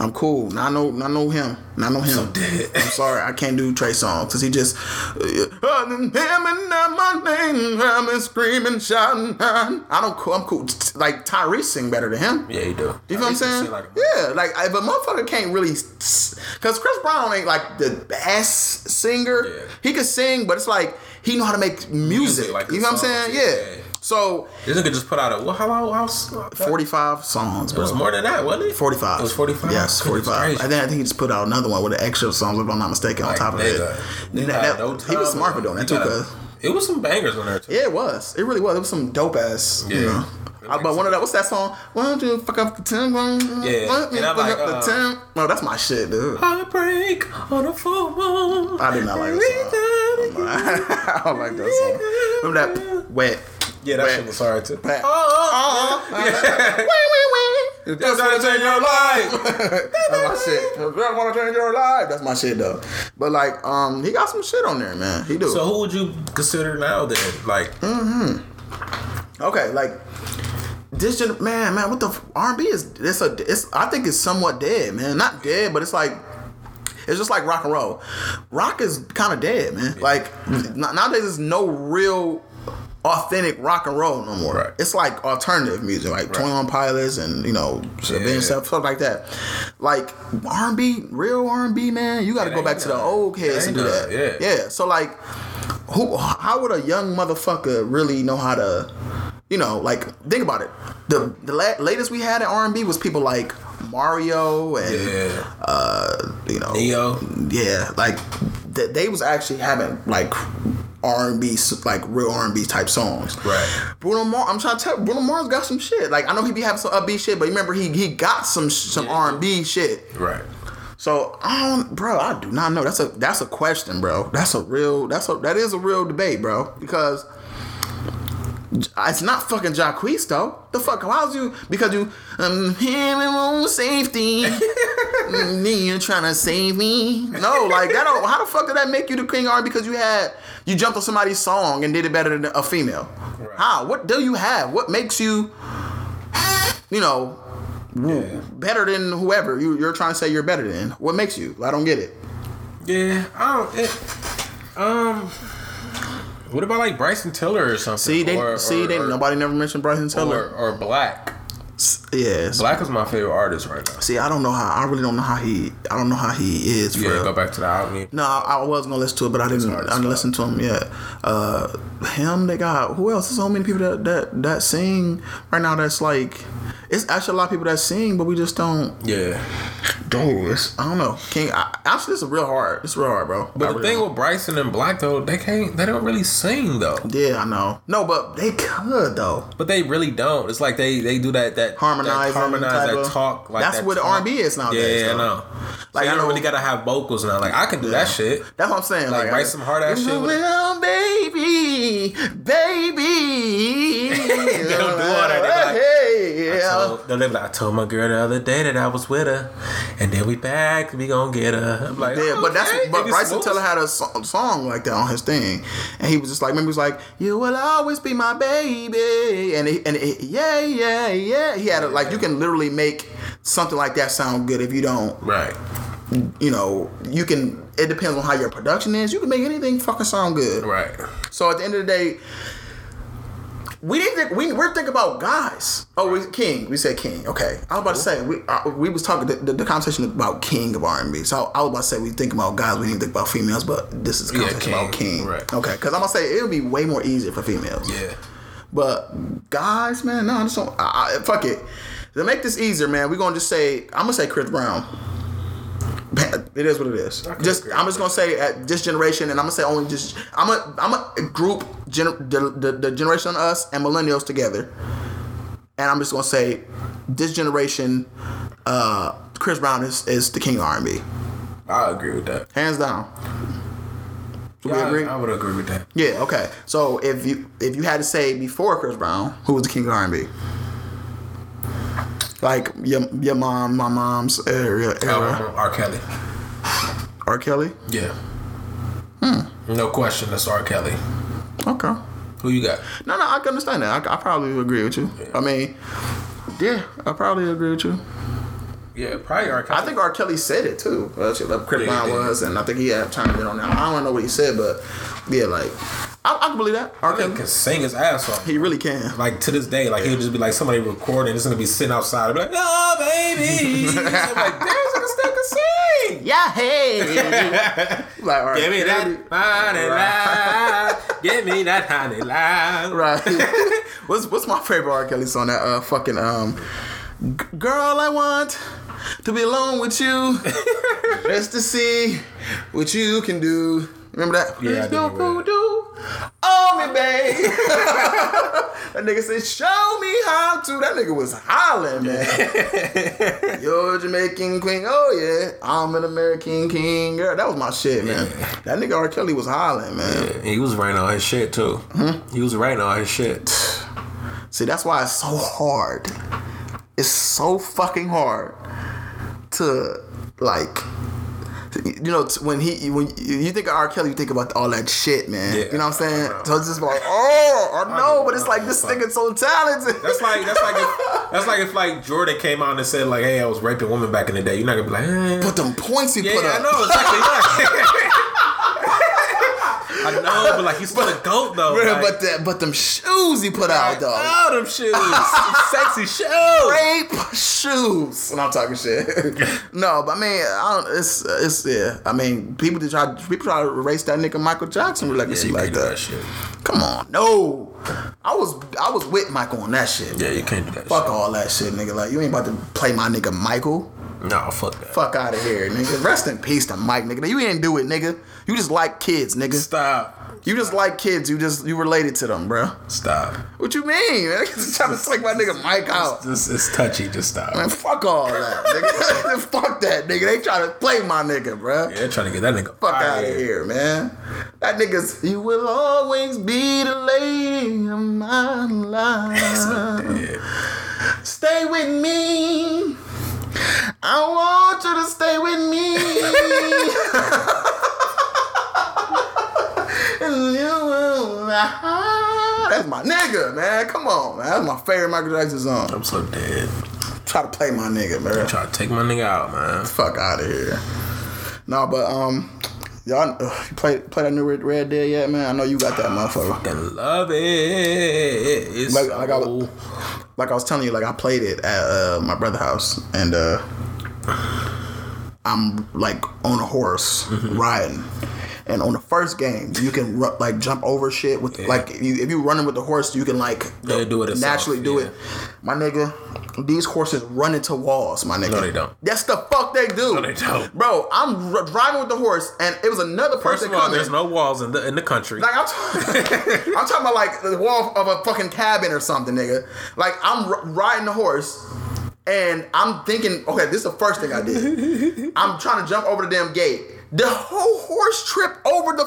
S3: I'm cool. Now I know. Now I know him. Now I know him.
S4: I'm dead.
S3: I'm sorry, I can't do Trey Songz because he just uh, "Other than him and not my name, I'm a screaming, shouting. uh, I don't cool. I'm cool. T- Like Tyrese sing better than him.
S4: yeah, you do.
S3: You know what I'm saying? yeah, like I, but motherfucker can't really, s- cause Chris Brown ain't like the best singer.
S4: Yeah.
S3: He can sing, but it's like he know how to make music.
S4: like
S3: you know what I'm
S4: the
S3: saying?
S4: songs,
S3: Yeah.
S4: yeah.
S3: So
S4: This nigga just put out a well, how long? How, how,
S3: 45 songs,
S4: It
S3: bro.
S4: was more than that, wasn't it?
S3: 45.
S4: It was 45?
S3: Yes,
S4: Goodness
S3: 45.
S4: gracious.
S3: And then I think he just put out another one with an extra song, if I'm not mistaken, on
S4: Like,
S3: top of it.
S4: nigga, you
S3: And that-
S4: had
S3: that-
S4: no
S3: he was
S4: time,
S3: smart for
S4: man.
S3: doing that,
S4: You
S3: too,
S4: gotta-
S3: because.
S4: It was some bangers on there, too.
S3: Yeah, it was. It really was. It was some dope ass, you
S4: Yeah.
S3: know.
S4: That
S3: I,
S4: makes
S3: but one of that, what's that song? Why don't you fuck up the tim?
S4: Yeah,
S3: Why don't you
S4: and I
S3: fuck
S4: like,
S3: up the
S4: uh,
S3: tim? No, that's my shit, dude.
S4: Heartbreak on a full moon.
S3: I did not like that song. I don't like that song. Remember that wet.
S4: Yeah, that
S3: wet,
S4: shit was hard, too.
S3: wet.
S4: Oh,
S3: Uh-uh.
S4: oh,
S3: Wait, wait, wait.
S4: That's how to change your life.
S3: That's my shit. If you want to change your life, that's my shit though. But like, um, he got some shit on there, man. He do.
S4: So who would you consider now then? Like,
S3: Hmm? okay, like this gen- man, man, what the f- R&B is? It's a, it's. I think it's somewhat dead, man. Not dead, but it's like. It's just like rock and roll. Rock is kind of dead, man. Like n- nowadays, there's no real authentic rock and roll no more.
S4: Right.
S3: It's like alternative music, like Twenty One Pilots and you know,
S4: Yeah.
S3: Avenged stuff, stuff like that. Like R and B, real R and B, man. You got to
S4: It
S3: go
S4: ain't
S3: back to the
S4: done.
S3: old
S4: It
S3: kids and
S4: ain't
S3: do
S4: done,
S3: that.
S4: yeah.
S3: yeah. So like, who? How would a young motherfucker really know how to? You know, like think about it. The the la- latest we had in R and B was people like Mario and
S4: yeah, E
S3: uh, you know,
S4: Neo.
S3: yeah, like th- they was actually having like R and B, like real R and B type songs.
S4: Right.
S3: Bruno Mars, I'm trying to tell Bruno Mars got some shit. Like I know he be having some upbeat shit, but remember he he got some sh- some
S4: Yeah.
S3: R and B shit.
S4: Right.
S3: So I don't, bro, I do not know. That's a that's a question, bro. That's a real that's a that is a real debate, bro. Because it's not fucking Jacquees though. The fuck? How's you? Because you um him and won't safety. Mm, then you're trying to save me. No, like that. Don't, how the fuck did that make you the king R? Because you had you jumped on somebody's song and did it better than a female. How? What do you have? What makes you? You know,
S4: Yeah.
S3: better than whoever you, you're trying to say you're better than. What makes you? I don't get it.
S4: Yeah. I don't. It, um. What about like Bryson Tiller or something?
S3: See, they
S4: Or-
S3: see
S4: or-
S3: they
S4: or-
S3: nobody never mentioned Bryson Tiller.
S4: or, or Black.
S3: S- yes.
S4: Black is my favorite artist right now.
S3: See, I don't know how. I really don't know how he. I don't know how he is. For
S4: Yeah,
S3: real.
S4: go back to the album.
S3: No, I, I was gonna listen to it, but I didn't. I
S4: hard as
S3: didn't
S4: fuck.
S3: listen to him yet. Uh, him, they got who else? There's so many people that that that sing right now. That's like, it's actually a lot of people that sing, but we just don't.
S4: Yeah.
S3: Dude, it's, I don't know. King, I, actually, it's real hard. It's real hard, bro.
S4: But
S3: I
S4: the
S3: really
S4: thing with Bryson and Black though, they can't. They don't really sing though.
S3: yeah, I know. No, but they could though.
S4: But they really don't. It's like they they do that that
S3: Harmonizing
S4: that harmonize
S3: type
S4: that
S3: of-
S4: talk. Like
S3: That's
S4: that
S3: what
S4: talk.
S3: R&B is nowadays,
S4: Yeah, yeah,
S3: though.
S4: I know.
S3: Like,
S4: Like
S3: I
S4: I don't
S3: know-
S4: really gotta have vocals now. Like I can do
S3: Yeah.
S4: that shit.
S3: That's what I'm saying.
S4: Like, write some hard ass
S3: You
S4: shit with it.
S3: Well, baby, baby.
S4: They don't do all that. They be like,
S3: Hey,
S4: I
S3: yeah.
S4: told, no, they be like, I told my girl the other day that I was with her, and then we back, we gonna get her. I'm like,
S3: Yeah, but that's
S4: okay.
S3: but
S4: It be
S3: Bryson
S4: smooth.
S3: Tiller had a so- song like that on his thing, and he was just like, remember he was like, "You will always be my baby," and he, and it, yeah, yeah, yeah. He had a, like you can literally make something like that sound good if you don't,
S4: Right.
S3: you know, you can. It depends on how your production is. You can make anything fucking sound good.
S4: Right.
S3: So at the end of the day, we didn't think we we're thinking about guys. Oh, we, King. We said King. Okay, I was about to say we uh, we was talking the, the, the conversation about King of R and B. So I was about to say we think about guys. We didn't think about females, but this is a
S4: Yeah,
S3: conversation about
S4: King,
S3: King.
S4: right.
S3: Okay, because I'm gonna say it'll be way more easier for females.
S4: Yeah.
S3: But guys, man, no, I just don't. I, I, fuck it. To make this easier, man, we're gonna just say I'm gonna say Chris Brown. Man, It is what it is.
S4: Okay,
S3: just
S4: great.
S3: I'm just gonna say at this generation, and I'm gonna say only just I'm a I'm a group gen, the, the the generation of us and millennials together, and I'm just gonna say this generation, uh, Chris Brown is is the king of R&B,
S4: I agree with that.
S3: hands down. Do we
S4: Yeah,
S3: agree?
S4: I, I would agree with that.
S3: yeah. Okay. So if you if you had to say before Chris Brown, who was the king of R and B? Like your your mom, my mom's era,
S4: Album,
S3: era.
S4: Uh, R. Kelly.
S3: R. Kelly.
S4: Yeah.
S3: Hmm.
S4: No question, that's R. Kelly.
S3: Okay.
S4: Who you got?
S3: No, no, I can understand that. I, I probably would agree with you. I mean, yeah, I probably agree with you.
S4: Yeah, probably R. Kelly.
S3: I think R. Kelly said it too. Well, shit, like Chris
S4: Yeah,
S3: Brown
S4: he did.
S3: was, and I think he had time in on that. I don't know what he said, but yeah, like I, I can believe that.
S4: R.
S3: R.
S4: Kelly
S3: Kelly,
S4: can sing his ass off.
S3: he really can.
S4: Like to this day, like he'll just be like somebody recording, it's gonna be sitting outside, and be like, "Oh, baby," I'm like, "There's a still can sing."
S3: Yeah, hey. like, all right.
S4: Give me that honey line. Give me that honey line.
S3: Right. what's what's my favorite R. Kelly song? That uh, fucking um, G- girl, I want to be alone with you, just to see what you can do. Remember that?
S4: Yeah, I do
S3: no
S4: remember that.
S3: voodoo on me, babe. that nigga said, "Show me how to." That nigga was hollering, man. You're a Jamaican queen. Oh yeah, I'm an American king. Girl, that was my shit, man. That nigga R. Kelly was hollering, man.
S4: He was writing all his shit too.
S3: Hmm?
S4: He was writing all his shit.
S3: See, that's why it's so hard. It's so fucking hard to like, you know, t- when he when you you think of R. Kelly, you think about all that shit, man.
S4: Yeah.
S3: you know what I'm saying? So it's just like, oh, I know, but it's like this nigga's so talented.
S4: That's like that's like if, that's like if like Jordan came out and said like, "Hey, I was raping women back in the day." You're not gonna be like, eh.
S3: But them points he
S4: Yeah,
S3: put
S4: yeah,
S3: up.
S4: I know exactly. Yeah. I know, but like he's still a goat though. like,
S3: Bruh, but that, but them shoes he put out
S4: like,
S3: though.
S4: oh, them shoes, Some sexy shoes.
S3: Rape shoes, and I'm talking shit. no, but I mean, I don't, it's it's yeah. I mean, people to try people try to erase that nigga Michael Jackson legacy
S4: you
S3: like
S4: can't do
S3: that.
S4: shit.
S3: Come on, no. I was I was with Michael on that shit.
S4: Yeah, you can't do that.
S3: Fuck all that shit, nigga. Like you ain't about to play my nigga Michael.
S4: shit. No, fuck that.
S3: Fuck out of here, nigga. Rest in peace to Mike, nigga. You ain't do it, nigga. You just like kids, nigga.
S4: Stop.
S3: You just like kids. You just you related to them, bruh.
S4: Stop.
S3: What you mean? man? Just trying to take my nigga Mike out.
S4: This is touchy. Just stop.
S3: Man, fuck all that, nigga. fuck that, nigga. They trying to play my nigga, bruh.
S4: Yeah, they're trying to get that nigga
S3: Fuck
S4: fired.
S3: out of here, man. That nigga's. You will always be the lady of my life.
S4: Yeah.
S3: stay with me. I want you to stay with me. And you will- That's my nigga, man. Come on, man. That's my favorite Michael Jackson song.
S4: I'm so dead.
S3: Try to play my nigga, man.
S4: Try to take my nigga out, man.
S3: Fuck out of here. No, but um, y'all ugh, you play play that new Red, Red Dead yet, man? I know you got that motherfucker.
S4: Fucking love it. It's
S3: Like-
S4: so
S3: like I was- Like I was telling you, like I played it at uh, my brother's house, and uh, I'm like on a horse
S4: Mm-hmm.
S3: riding. And on the first game, you can ru- like jump over shit with like you, if you running with the horse, you can like
S4: Yeah, do it itself,
S3: naturally do
S4: yeah.
S3: it. My nigga, these horses run into walls. My nigga,
S4: No, they don't.
S3: That's the fuck they do.
S4: No, they don't.
S3: bro. I'm r- driving with the horse, and it was another
S4: First
S3: person
S4: of all,
S3: coming.
S4: there's no walls in the in the country.
S3: Like I'm, t- I'm talking about like the wall of a fucking cabin or something, nigga. Like I'm r- riding the horse, and I'm thinking, okay, this is the first thing I did. I'm trying to jump over the damn gate. The whole horse tripped over the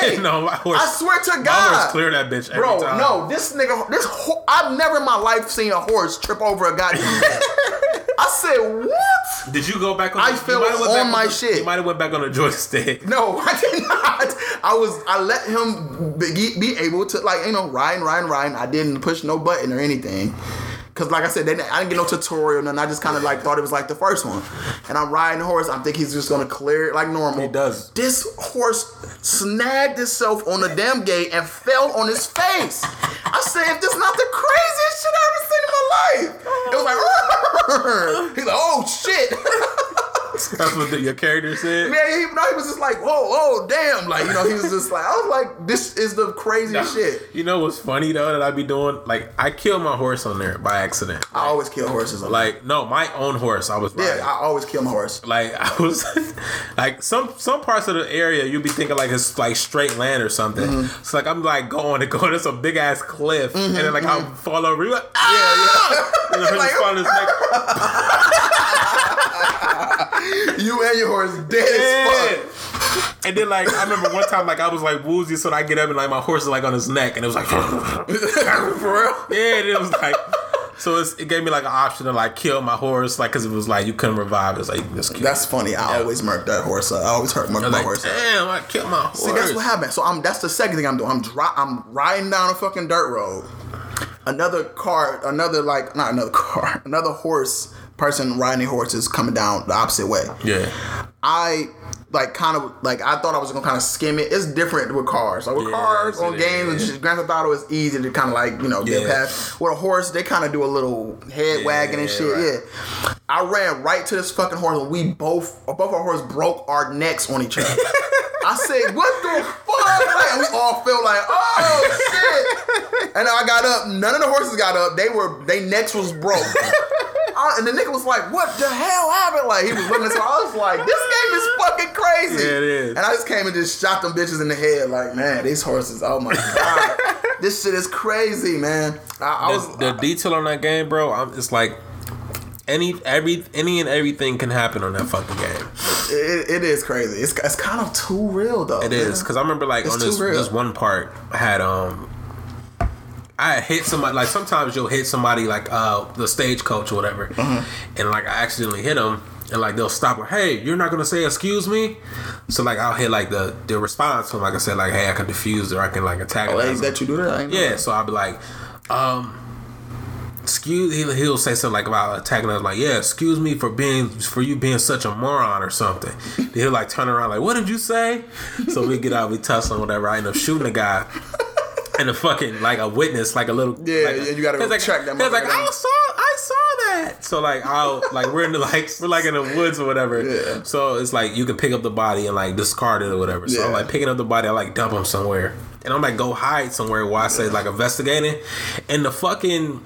S3: gate.
S4: No, my horse-
S3: I swear to God.
S4: horse clear that bitch every
S3: Bro,
S4: time.
S3: no, this nigga, this ho- I've never in my life seen a horse trip over a goddamn. gate. I said what?
S4: Did you go back on?
S3: I
S4: you
S3: fell
S4: might've went back
S3: on my
S4: the-
S3: shit.
S4: You might have went back on the joystick.
S3: No, I did not. I was I let him be, be able to like you know ride and ride and ride. and I didn't push no button or anything. Cause like I said, they didn't, I didn't get no tutorial, and I just kind of like thought it was like the first one. And I'm riding the horse. I'm thinking he's just gonna clear it like normal.
S4: He does.
S3: This horse snagged itself on the damn gate and fell on his face. I said, if this not the craziest shit I ever seen in my life. It was like, he's like, oh shit.
S4: That's what the, your character said.
S3: Man, he, no, he was just like, whoa, whoa, damn. Like, you know, he was just like, I was like, this is the craziest shit.
S4: You know what's funny though that I be doing? Like I killed my horse on there by accident.
S3: I always kill horses. Like,
S4: Like no, my own horse. I was
S3: yeah,
S4: riding.
S3: I always kill my horse.
S4: like I was like some some parts of the area you'd be thinking like it's like straight land or something.
S3: Mm-hmm.
S4: So like I'm like going and going. It's a big ass cliff, and then like I fall over. You're like, ah!
S3: mm-hmm. Yeah,
S4: And then I just fall on his neck.
S3: yeah. you and your horse dead as
S4: Yeah.
S3: fuck.
S4: And then like I remember one time like I was like woozy, so I get up and like my horse is like on his neck, and it was like, yeah,
S3: For real?
S4: and it was like. So it's, it gave me like an option to like kill my horse, like because it was like you couldn't revive. It was like just kill.
S3: That's funny. I always murk that horse up. I always hurt murk
S4: I
S3: my
S4: was like,
S3: horse up.
S4: damn, I killed my horse.
S3: See, that's what happened. So I'm that's the second thing I'm doing. I'm dri- I'm riding down a fucking dirt road. Another car, another like not another car, another horse person riding a horse is coming down the opposite way.
S4: Yeah,
S3: I like kind of like I thought I was gonna kind of skim it. It's different with cars. Like with
S4: Yeah,
S3: cars on
S4: it
S3: games,
S4: is.
S3: and Grand Theft Auto is easy to kind of like you know get
S4: Yeah.
S3: past. With a horse, they kind of do a little head
S4: Yeah,
S3: wagging and shit.
S4: right.
S3: Yeah, I ran right to this fucking horse, and we both both our horses broke our necks on each other. I said, "What the fuck?" Like, and we all felt like, "Oh shit!" And I got up. None of the horses got up. They were they necks was broke. I- and the nigga was like, "What the hell happened?" Like he was looking. So I was like, "This game is fucking crazy."
S4: Yeah, it is.
S3: And I just came and just shot them bitches in the head. Like, man, these horses. Oh my god, this shit is crazy, man. I, I
S4: the,
S3: was.
S4: the detail on that game, bro. I'm, it's like any every any and everything can happen on that fucking game.
S3: It, it is crazy. It's it's kind of too real though.
S4: It is because I remember like
S3: It's
S4: on
S3: too
S4: this
S3: real.
S4: this one part I had um I had hit somebody like sometimes you'll hit somebody like uh the stagecoach or whatever
S3: Mm-hmm.
S4: and like I accidentally hit them and like they'll stop like hey you're not gonna say excuse me so like I'll hit like the the response from like I said like hey I can defuse or I can like attack
S3: Oh, they let you do that? I ain't know
S4: yeah,
S3: that.
S4: so I'll be like, um, excuse. He'll, he'll say something like about attacking us, like, yeah, excuse me for being for you being such a moron or something. then he'll like turn around, like, what did you say? So we get out, we tussle, whatever. I end up shooting a guy. And a fucking like a witness, like a little
S3: Yeah,
S4: like,
S3: yeah, you gotta
S4: 'cause, like,
S3: track that
S4: 'cause, like
S3: motherfucker
S4: I
S3: down.
S4: saw, I saw that. So like I'll like we're in the like we're like in the woods or whatever.
S3: Yeah.
S4: So it's like you can pick up the body and like discard it or whatever. So I'm
S3: Yeah.
S4: like picking up the body, I like dump him somewhere. And I'm like go hide somewhere while I say like investigating. And the fucking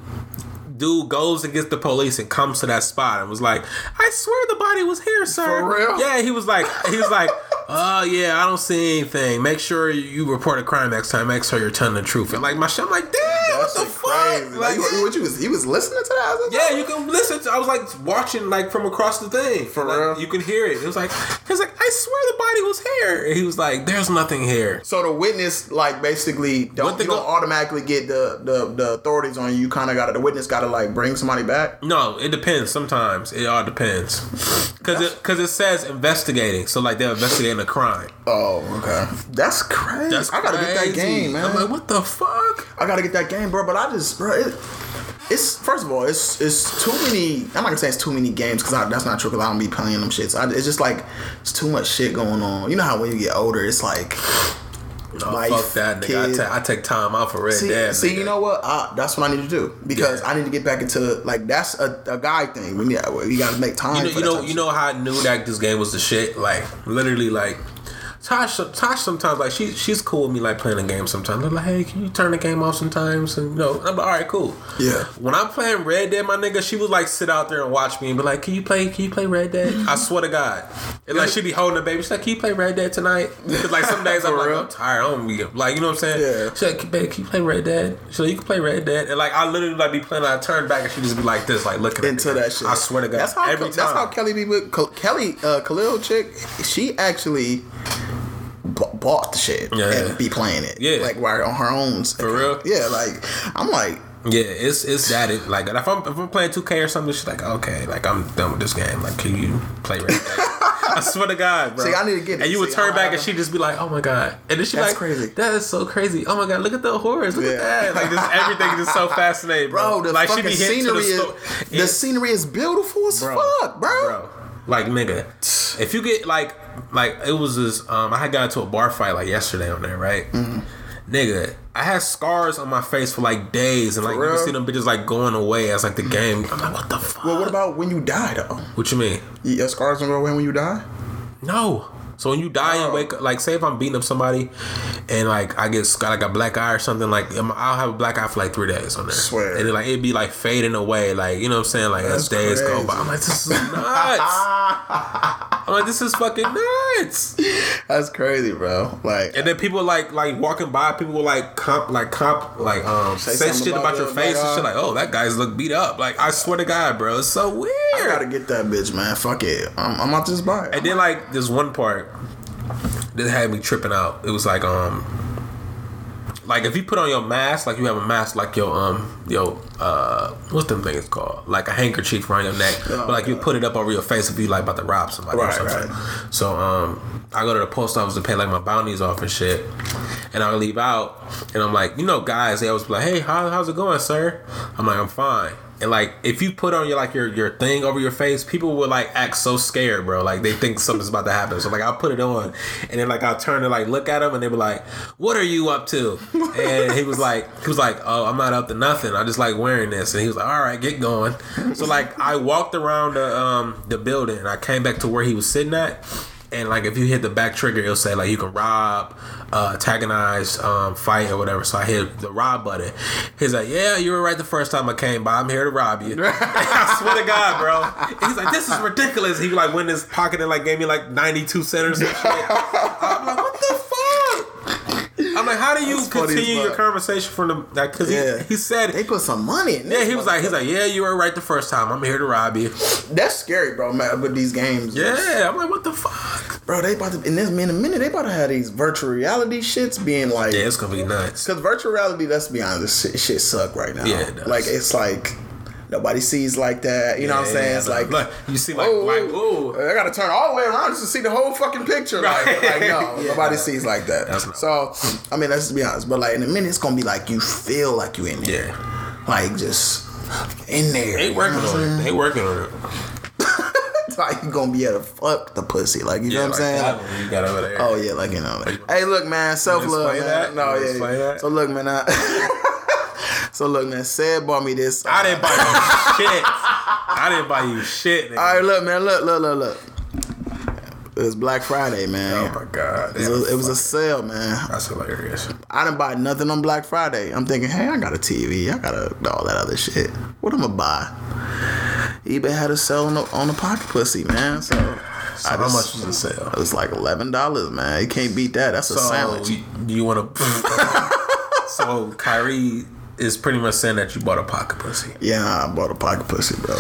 S4: dude goes and gets the police and comes to that spot and was like, I swear the body was here, sir.
S3: For real?
S4: Yeah, he was like he was like, Oh yeah, I don't see anything. Make sure you report a crime next time. Make sure you're telling the truth. And like my shit, I'm like, damn,
S3: That
S4: what the
S3: shit
S4: fuck?
S3: crazy. Like,
S4: Like,
S3: you- what you was he was listening to that? I was like,
S4: yeah, you can listen. to I was like watching like from across the thing. For
S3: real?
S4: you can hear it. It was like he was like, I swear the body was here. And he was like, There's nothing here.
S3: So the witness, like, basically, don't
S4: What the
S3: you don't
S4: go-
S3: automatically get the, the the authorities on you. You kind of got to the witness got to like bring somebody back.
S4: No, it depends. Sometimes it all depends, because it because it says investigating. So like they're investigating a crime.
S3: Oh, okay. That's crazy.
S4: That's
S3: I gotta get that
S4: crazy.
S3: game, man.
S4: I'm like, what the fuck?
S3: I gotta get that game, bro. But I just, bro, it, it's first of all, it's it's too many. I'm not gonna say it's too many games because that's not true. Because I don't be playing them shits. I, it's just like it's too much shit going on. You know how when you get older, it's like
S4: No,
S3: Life,
S4: fuck that, nigga. I,
S3: kid.
S4: ta- I take time out for Red
S3: See,
S4: Dead.
S3: see,
S4: nigga.
S3: you know what? I, that's what I need to do because
S4: Yeah.
S3: I need to get back into like that's a, a guy thing. We need, we gotta make
S4: You
S3: time.
S4: know,
S3: for
S4: you
S3: that
S4: know,
S3: type of
S4: you know how I knew that this game was the shit. Like literally, like Tosh. Tosh sometimes like she she's cool with me like playing a game sometimes. I'm like, hey, can you turn the game off sometimes? And you know, I'm like, all right, cool.
S3: Yeah.
S4: When I'm playing Red Dead, my nigga, she would like sit out there and watch me and be like, can you play? Can you play Red Dead?
S3: Mm-hmm.
S4: I swear to God. And like she be holding the baby. She's like, can you play Red Dead tonight? 'Cause, like some days I'm
S3: For
S4: like,
S3: real?
S4: I'm tired. I don't be like, you know what I'm saying?
S3: Yeah.
S4: She's like, baby, can you play Red Dead? She's like, you can play Red Dead. And like I literally like be playing. I turn back and she just be like this, like looking at
S3: into
S4: me.
S3: that shit.
S4: I swear to God.
S3: That's how
S4: every time.
S3: that's how Kelly B. Wood- Kel- Kelly uh, Khalil chick. She actually b- bought the shit
S4: Yeah.
S3: and be playing it.
S4: Yeah.
S3: like right on her own.
S4: For real?
S3: Yeah, like I'm like.
S4: Yeah, it's it's that it like if I'm if I'm playing 2K or something, she's like, okay, like I'm done with this game. Like, can you play Red Dead? I swear to God, bro.
S3: See, I need to get
S4: And
S3: it.
S4: you would
S3: See,
S4: turn
S3: I-
S4: back
S3: I-
S4: and she'd just be like, oh my god, and then she
S3: That's
S4: like,
S3: crazy.
S4: that is so crazy. Oh my god, look at the horrors, look
S3: Yeah.
S4: at that. Like this everything is so fascinating, bro.
S3: Bro, the
S4: like
S3: fucking
S4: hitting
S3: scenery is
S4: sto-
S3: the
S4: Yeah.
S3: scenery is beautiful as fuck, bro.
S4: Like nigga, if you get like like it was this um I had got into a bar fight like yesterday on there, right?
S3: Mm-hmm.
S4: Nigga, I had scars on my face for like days, and like you
S3: real? Mm-hmm.
S4: can see them bitches like going away as like the game. I'm like, what the fuck?
S3: Well, what about when you die though?
S4: what you mean?
S3: Your scars don't go away when you die.
S4: No. So when you die and
S3: Oh.
S4: wake up, like say if I'm beating up somebody, and like I get got like a black eye or something, like I'm- I'll have a black eye for like three days on there.
S3: Swear.
S4: And then, like it'd be like fading away, like you know what I'm saying, like as
S3: That's
S4: days go
S3: crazy.
S4: by. I'm like, this is nuts. I'm like, this is fucking nuts.
S3: That's crazy, bro. Like
S4: And then people like like walking by, people will like comp like comp like um say,
S3: Say
S4: shit
S3: something
S4: about,
S3: about
S4: your
S3: your
S4: face and
S3: black
S4: shit
S3: eye.
S4: like, oh that guy's look beat up. Like I swear to God, bro, it's so weird.
S3: I gotta get that bitch, man. Fuck it. I'm, I'm about to just buy it.
S4: And then like this one part, that had me tripping out. It was like um, like if you put on your mask, like you have a mask, like your um, your uh, what's them things called? Like a handkerchief around your neck,
S3: Oh,
S4: but like you put it up over your face if you like about to rob somebody or
S3: Right,
S4: something. So um, I go to the post office to pay like my bounties off and shit, and I leave out, and I'm like, you know, guys, they always be like, hey, how, how's it going, sir? I'm like, I'm fine. And like, if you put on your like your your thing over your face, people will like act so scared, bro. Like they think something's about to happen. So like, I'll put it on, and then like I'll turn and like look at him, and they be like, "What are you up to?" And he was like, he was like, "Oh, I'm not up to nothing. I just like wearing this." And he was like, "All right, get going." So like, I walked around the um the building, and I came back to where he was sitting at, and like if you hit the back trigger, it'll say like you can rob, uh, antagonize, um, fight or whatever. So I hit the rob button. He's like, "Yeah, you were right the first time I came by. I'm here to rob you." I swear to God, bro. He's like, "This is ridiculous." He like went in his pocket and like gave me like 92 cents or some shit. I'm like, "What the fuck?" I'm like, "How do you
S3: That's funny as
S4: continue your
S3: fuck.
S4: conversation from the like?" Because
S3: Yeah.
S4: he, he said.
S3: They put some money in
S4: yeah,
S3: this
S4: he was like, he's like, yeah, you were right the first time. I'm here to rob you.
S3: That's scary, bro, man, with these games.
S4: Yeah, I'm like, what the fuck?
S3: Bro, they about to, in this minute, minute, they about to have these virtual reality shits being like,
S4: Yeah, it's gonna be nuts.
S3: Because virtual reality, let's be honest, this shit, shit suck right now.
S4: Yeah, it does.
S3: Like, it's like, nobody sees like that. You know what I'm saying? It's like,
S4: you see, like,
S3: oh,
S4: like,
S3: oh,
S4: ooh.
S3: I gotta turn all the way around just to see the whole fucking picture. Like,
S4: Right.
S3: like, no,
S4: Yeah.
S3: nobody sees like that.
S4: That's not-
S3: so, I mean, let's just be honest. But, like, in a minute, it's gonna be like, you feel like you in there.
S4: Yeah.
S3: Like, just in there.
S4: They
S3: you know
S4: working
S3: what I'm
S4: on
S3: saying?
S4: it. They working on it.
S3: It's like, you gonna be able to fuck the pussy. Like, you know what I'm
S4: like
S3: saying?
S4: that one you got over there.
S3: Oh yeah, like you know. like- hey, look, man, self love,
S4: explain
S3: man.
S4: that?
S3: No,
S4: You
S3: yeah.
S4: explain
S3: yeah.
S4: that?
S3: So look, man. I, so look, man. Said bought me this.
S4: I didn't buy you shit. I didn't buy you shit. Nigga.
S3: uh, All right, look, man. Look, look, look, look. It was Black Friday, man.
S4: oh my god,
S3: It was, a, it was a sale, man.
S4: That's hilarious.
S3: I didn't buy nothing on Black Friday. I'm thinking, hey, I got a TV. I got a, all that other shit. What am I buy? eBay had a sale on the, on the pocket pussy, man. So,
S4: So
S3: I
S4: how
S3: just-
S4: much was the sale?
S3: it was like eleven dollars, man. You can't beat that. That's a
S4: So
S3: sandwich.
S4: you, you want to? so Kyrie is pretty much saying that you bought a pocket pussy.
S3: Yeah, I bought a pocket pussy, bro.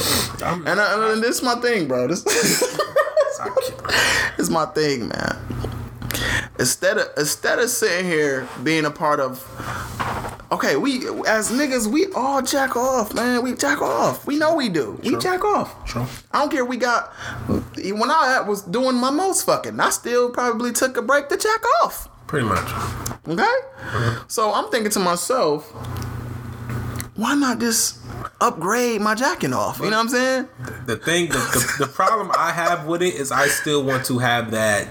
S4: I'm-
S3: and, I, and this is my thing, bro. This, this
S4: I can't-
S3: is my thing, man. Instead of instead of sitting here being a part of, okay, we as niggas we all jack off, man. We jack off. We know we do. We jack off.
S4: True.
S3: I don't care. We got when I was doing my most fucking, I still probably took a break to jack off.
S4: Pretty much.
S3: Okay? So I'm thinking to myself, why not just upgrade my jacking off? You know what I'm saying?
S4: The thing, the, the, the problem I have with it is I still want to have that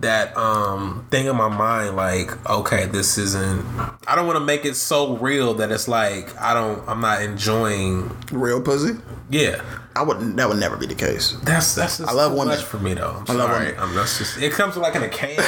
S4: that um thing in my mind like okay this isn't i don't want to make it so real that it's like i don't i'm not enjoying
S3: Real pussy?
S4: yeah
S3: I would that would never be the case.
S4: that's that's just
S3: I love
S4: too
S3: women.
S4: much for me though i'm
S3: I love
S4: sorry
S3: women.
S4: I'm, that's just it comes like in a can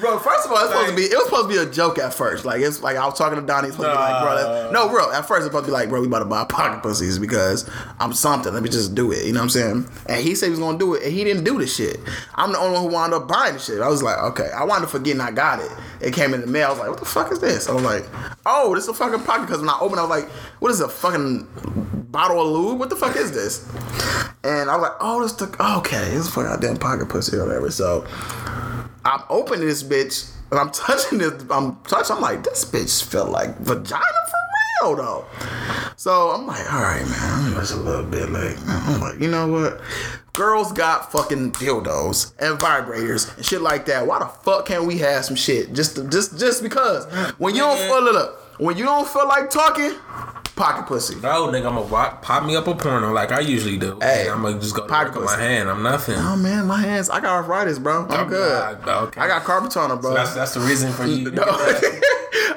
S3: Bro, first of all, it's supposed to be it was supposed to be a joke at first. Like it's like I was talking to Donnie, it's supposed to be like, bro, that, no, bro. At first it's supposed to be like, bro, we about to buy pocket pussies because I'm something. Let me just do it. You know what I'm saying? And he said he was gonna do it, and he didn't do the shit. I'm the only one who wound up buying the shit. I was like, okay, I wound up forgetting I got it. It came in the mail. I was like, what the fuck is this? I was like, oh, this is a fucking pocket. Because when I opened, it, I was like, what is a fucking bottle of lube? What the fuck is this? And I was like, oh, this the okay, this is fucking goddamn pocket pussy or whatever. So. I'm opening this bitch and I'm touching this. I'm touching. I'm like, this bitch felt like vagina for real though. So I'm like, all right, man. I'm just a little bit like, I'm like, you know what? Girls got fucking dildos and vibrators and shit like that. Why the fuck can't we have some shit just to, just just because when you don't feel look, look, when you don't feel like talking, pocket pussy.
S4: no nigga i'm gonna rock, pop me up a porno like i usually do
S3: Hey,
S4: i'm gonna just go to
S3: pocket
S4: work on my
S3: pussy.
S4: hand i'm nothing
S3: Oh man, my hands. I got arthritis, bro. I'm,
S4: I'm
S3: good.
S4: not- Oh, okay.
S3: I got carpal tunnel, bro.
S4: that's that's the reason for you
S3: No.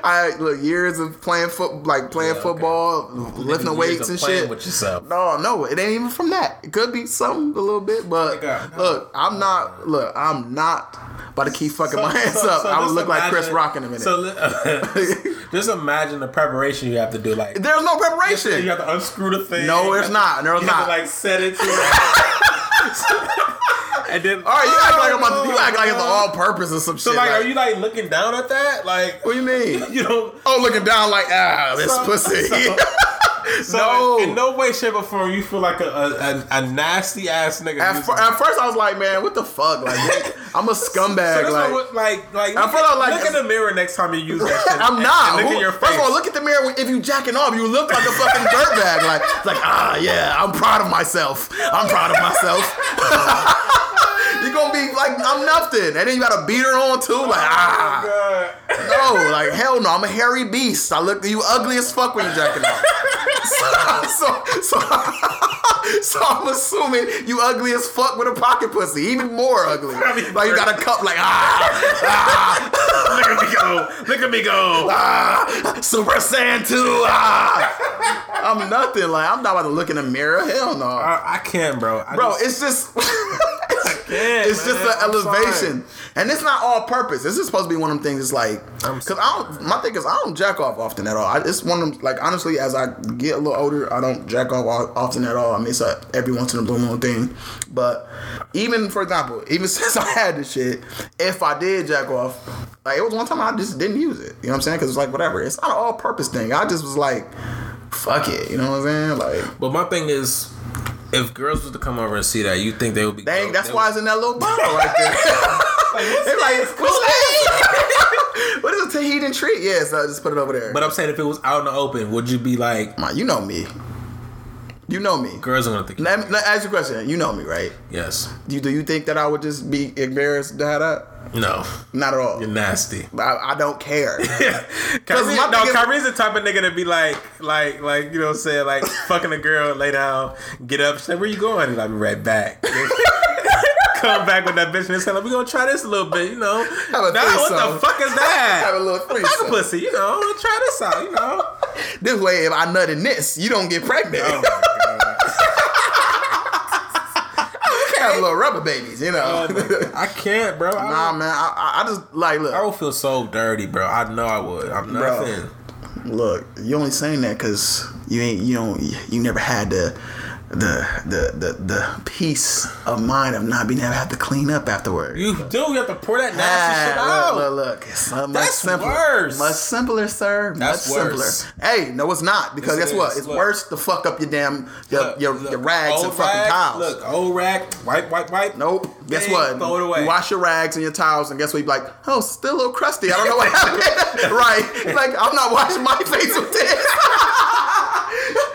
S3: I look years of playing foot, like
S4: Yeah,
S3: playing
S4: okay.
S3: football, lifting
S4: Years
S3: weights
S4: of
S3: and
S4: playing
S3: shit.
S4: with yourself
S3: No, no, it ain't even from that. It could be something a little bit, but
S4: Nigga, no.
S3: look, I'm
S4: Oh,
S3: not. Look, I'm not about to keep fucking my hands up. I would
S4: just
S3: look like Chris
S4: imagine-
S3: Rock in a minute.
S4: So li- just imagine the preparation you have to do. Like
S3: There's no
S4: you
S3: preparation.
S4: have to unscrew the thing.
S3: No, there's
S4: You
S3: not. There's
S4: have to,
S3: not.
S4: like set it to. and then
S3: All right, you act like I'm about to, you act like it's all purpose or some
S4: Oh, So
S3: shit.
S4: like, are
S3: like-
S4: you like looking down at that? Like
S3: what do you mean?
S4: you know.
S3: Oh, looking down like ah, this
S4: So-
S3: pussy.
S4: so- So
S3: No.
S4: in, in no way, shape, or form, you feel like a a, a, a nasty ass nigga.
S3: At,
S4: using-
S3: fir- at first, I was like, man, what the fuck? Like, I'm a scumbag.
S4: So that's
S3: like,
S4: what, like, like,
S3: I
S4: look,
S3: feel
S4: at,
S3: like-
S4: look in the mirror next time you use that shit.
S3: I'm
S4: and-
S3: not.
S4: and look
S3: Who-
S4: at your face.
S3: First of all, look at the mirror. If you jacking off, you look like a fucking dirtbag. Like, it's like ah, yeah, I'm proud of myself. I'm proud of myself. You're gonna be like, I'm nothing, and then you gotta beat her on too. Like, ah,
S4: God.
S3: no, like hell no, I'm a hairy beast. I look, you ugly as fuck when you jacking off. so, so, so, so I'm assuming you ugly as fuck with a pocket pussy, even more ugly.
S4: Probably
S3: Like you got a cup, like ah,
S4: look at me go. Look at me go.
S3: ah, Super Saiyan 2, ah. I'm nothing. Like, I'm not about to look in the mirror. Hell no.
S4: I, I can't, bro. I
S3: Bro,
S4: just-
S3: it's just.
S4: can't,
S3: it's just
S4: man.
S3: an
S4: I'm
S3: elevation, and it's not all purpose. This is supposed to be one of them things. It's like,
S4: I'm
S3: cause I don't. My thing is, I don't jack off often at all. I, it's one of them. Like honestly, as I get a little older, I don't jack off o- often at all. I mean, it's a every once in a blue moon thing. But even for example, even since I had this shit, if I did jack off, like it was one time I just didn't use it. You know what I'm saying? Cause it's like whatever. It's not an all purpose thing. I just was like, fuck it. You know what I'm saying? Like.
S4: but my thing is, if girls was to come over and see that, you think they would be?
S3: Dang,
S4: they
S3: that's
S4: would-
S3: why it's in that little bottle right there. They're like, what's that? what is a Tahitian treat? Yeah, so I just put it over there.
S4: But I'm saying, if it was out in the open, would you be like,
S3: Ma, you know me. You know me.
S4: girls are gonna think?
S3: Let me, let me ask you a question. You know me, right?
S4: Yes.
S3: Do you, do you think that I would just be embarrassed to have that?
S4: No.
S3: Not at all.
S4: You're nasty.
S3: I, I don't care.
S4: Kyrie,
S3: my
S4: no,
S3: thing is-
S4: Kyrie's the type of nigga to be like, like, like, you know what I'm saying? Like, fucking a girl, lay down, get up, say, where you going? And I'll be right back. Come back with that bitch and say, like, we gonna try this a little bit, you know?
S3: Have a
S4: Nah, what
S3: threesome.
S4: the fuck is
S3: have a
S4: that?
S3: little
S4: Fuck a
S3: threesome.
S4: pussy, you know? We'll try this out, you know?
S3: This way, if I nut in this, you don't get pregnant.
S4: Oh my God.
S3: have little rubber babies, you know.
S4: Oh my God. I can't, bro. I,
S3: nah,
S4: would,
S3: man. I, I, I just, like, look.
S4: I would feel so dirty, bro. I know I would. I'm
S3: Bro.
S4: nothing.
S3: Look, you only saying that because you ain't you don't you never had the the the the, the peace of mind of not being able to have to clean up afterward.
S4: You do. You have to pour that nasty shit
S3: Ah,
S4: out.
S3: look, look, look. It's much
S4: That's
S3: simpler.
S4: worse.
S3: Much simpler, sir.
S4: That's
S3: much
S4: worse.
S3: simpler. Hey, no, it's not. Because
S4: Yes,
S3: guess
S4: it
S3: what?
S4: is.
S3: It's
S4: Look.
S3: worse to fuck up your damn your
S4: Look,
S3: your,
S4: look,
S3: your rags and
S4: old
S3: fucking
S4: rag,
S3: tiles.
S4: Look, old rag, wipe, wipe, wipe.
S3: Nope. Guess
S4: Dang,
S3: what?
S4: Throw it away.
S3: You wash your rags and your towels, and guess what? You're like, oh, it's still a little crusty. I don't know what happened. right. Like, I'm not washing my face with this.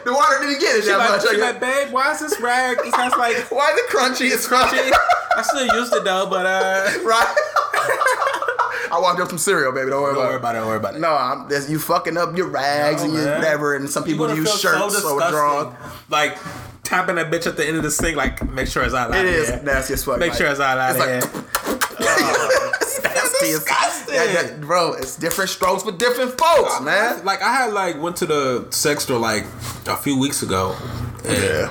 S3: the water didn't get it
S4: She
S3: that
S4: like,
S3: much.
S4: she
S3: Like,
S4: like, babe, why is this rag? It sounds like
S3: Why is it crunchy? It's crunchy.
S4: shit. I still used it though, but uh,
S3: right. I walked up some cereal, baby. Don't worry
S4: don't
S3: about
S4: worry
S3: it.
S4: about it. Don't worry about it.
S3: No, I'm, that's- you fucking up your rags
S4: No,
S3: and your
S4: man.
S3: whatever, and some people
S4: You're gonna
S3: use
S4: feel
S3: shirts so,
S4: disgusting.
S3: drawn.
S4: Like tapping that bitch at the end of the sink. Like make sure it's all out.
S3: It
S4: of
S3: is
S4: here.
S3: nasty as fuck.
S4: Make
S3: like-
S4: sure it's all out.
S3: It's
S4: of
S3: like-
S4: here.
S3: it's nasty. as-
S4: disgusting.
S3: Yeah, yeah, bro, it's different strokes for different folks, man.
S4: Like I had like went to the sex store like a few weeks ago. and
S3: Yeah.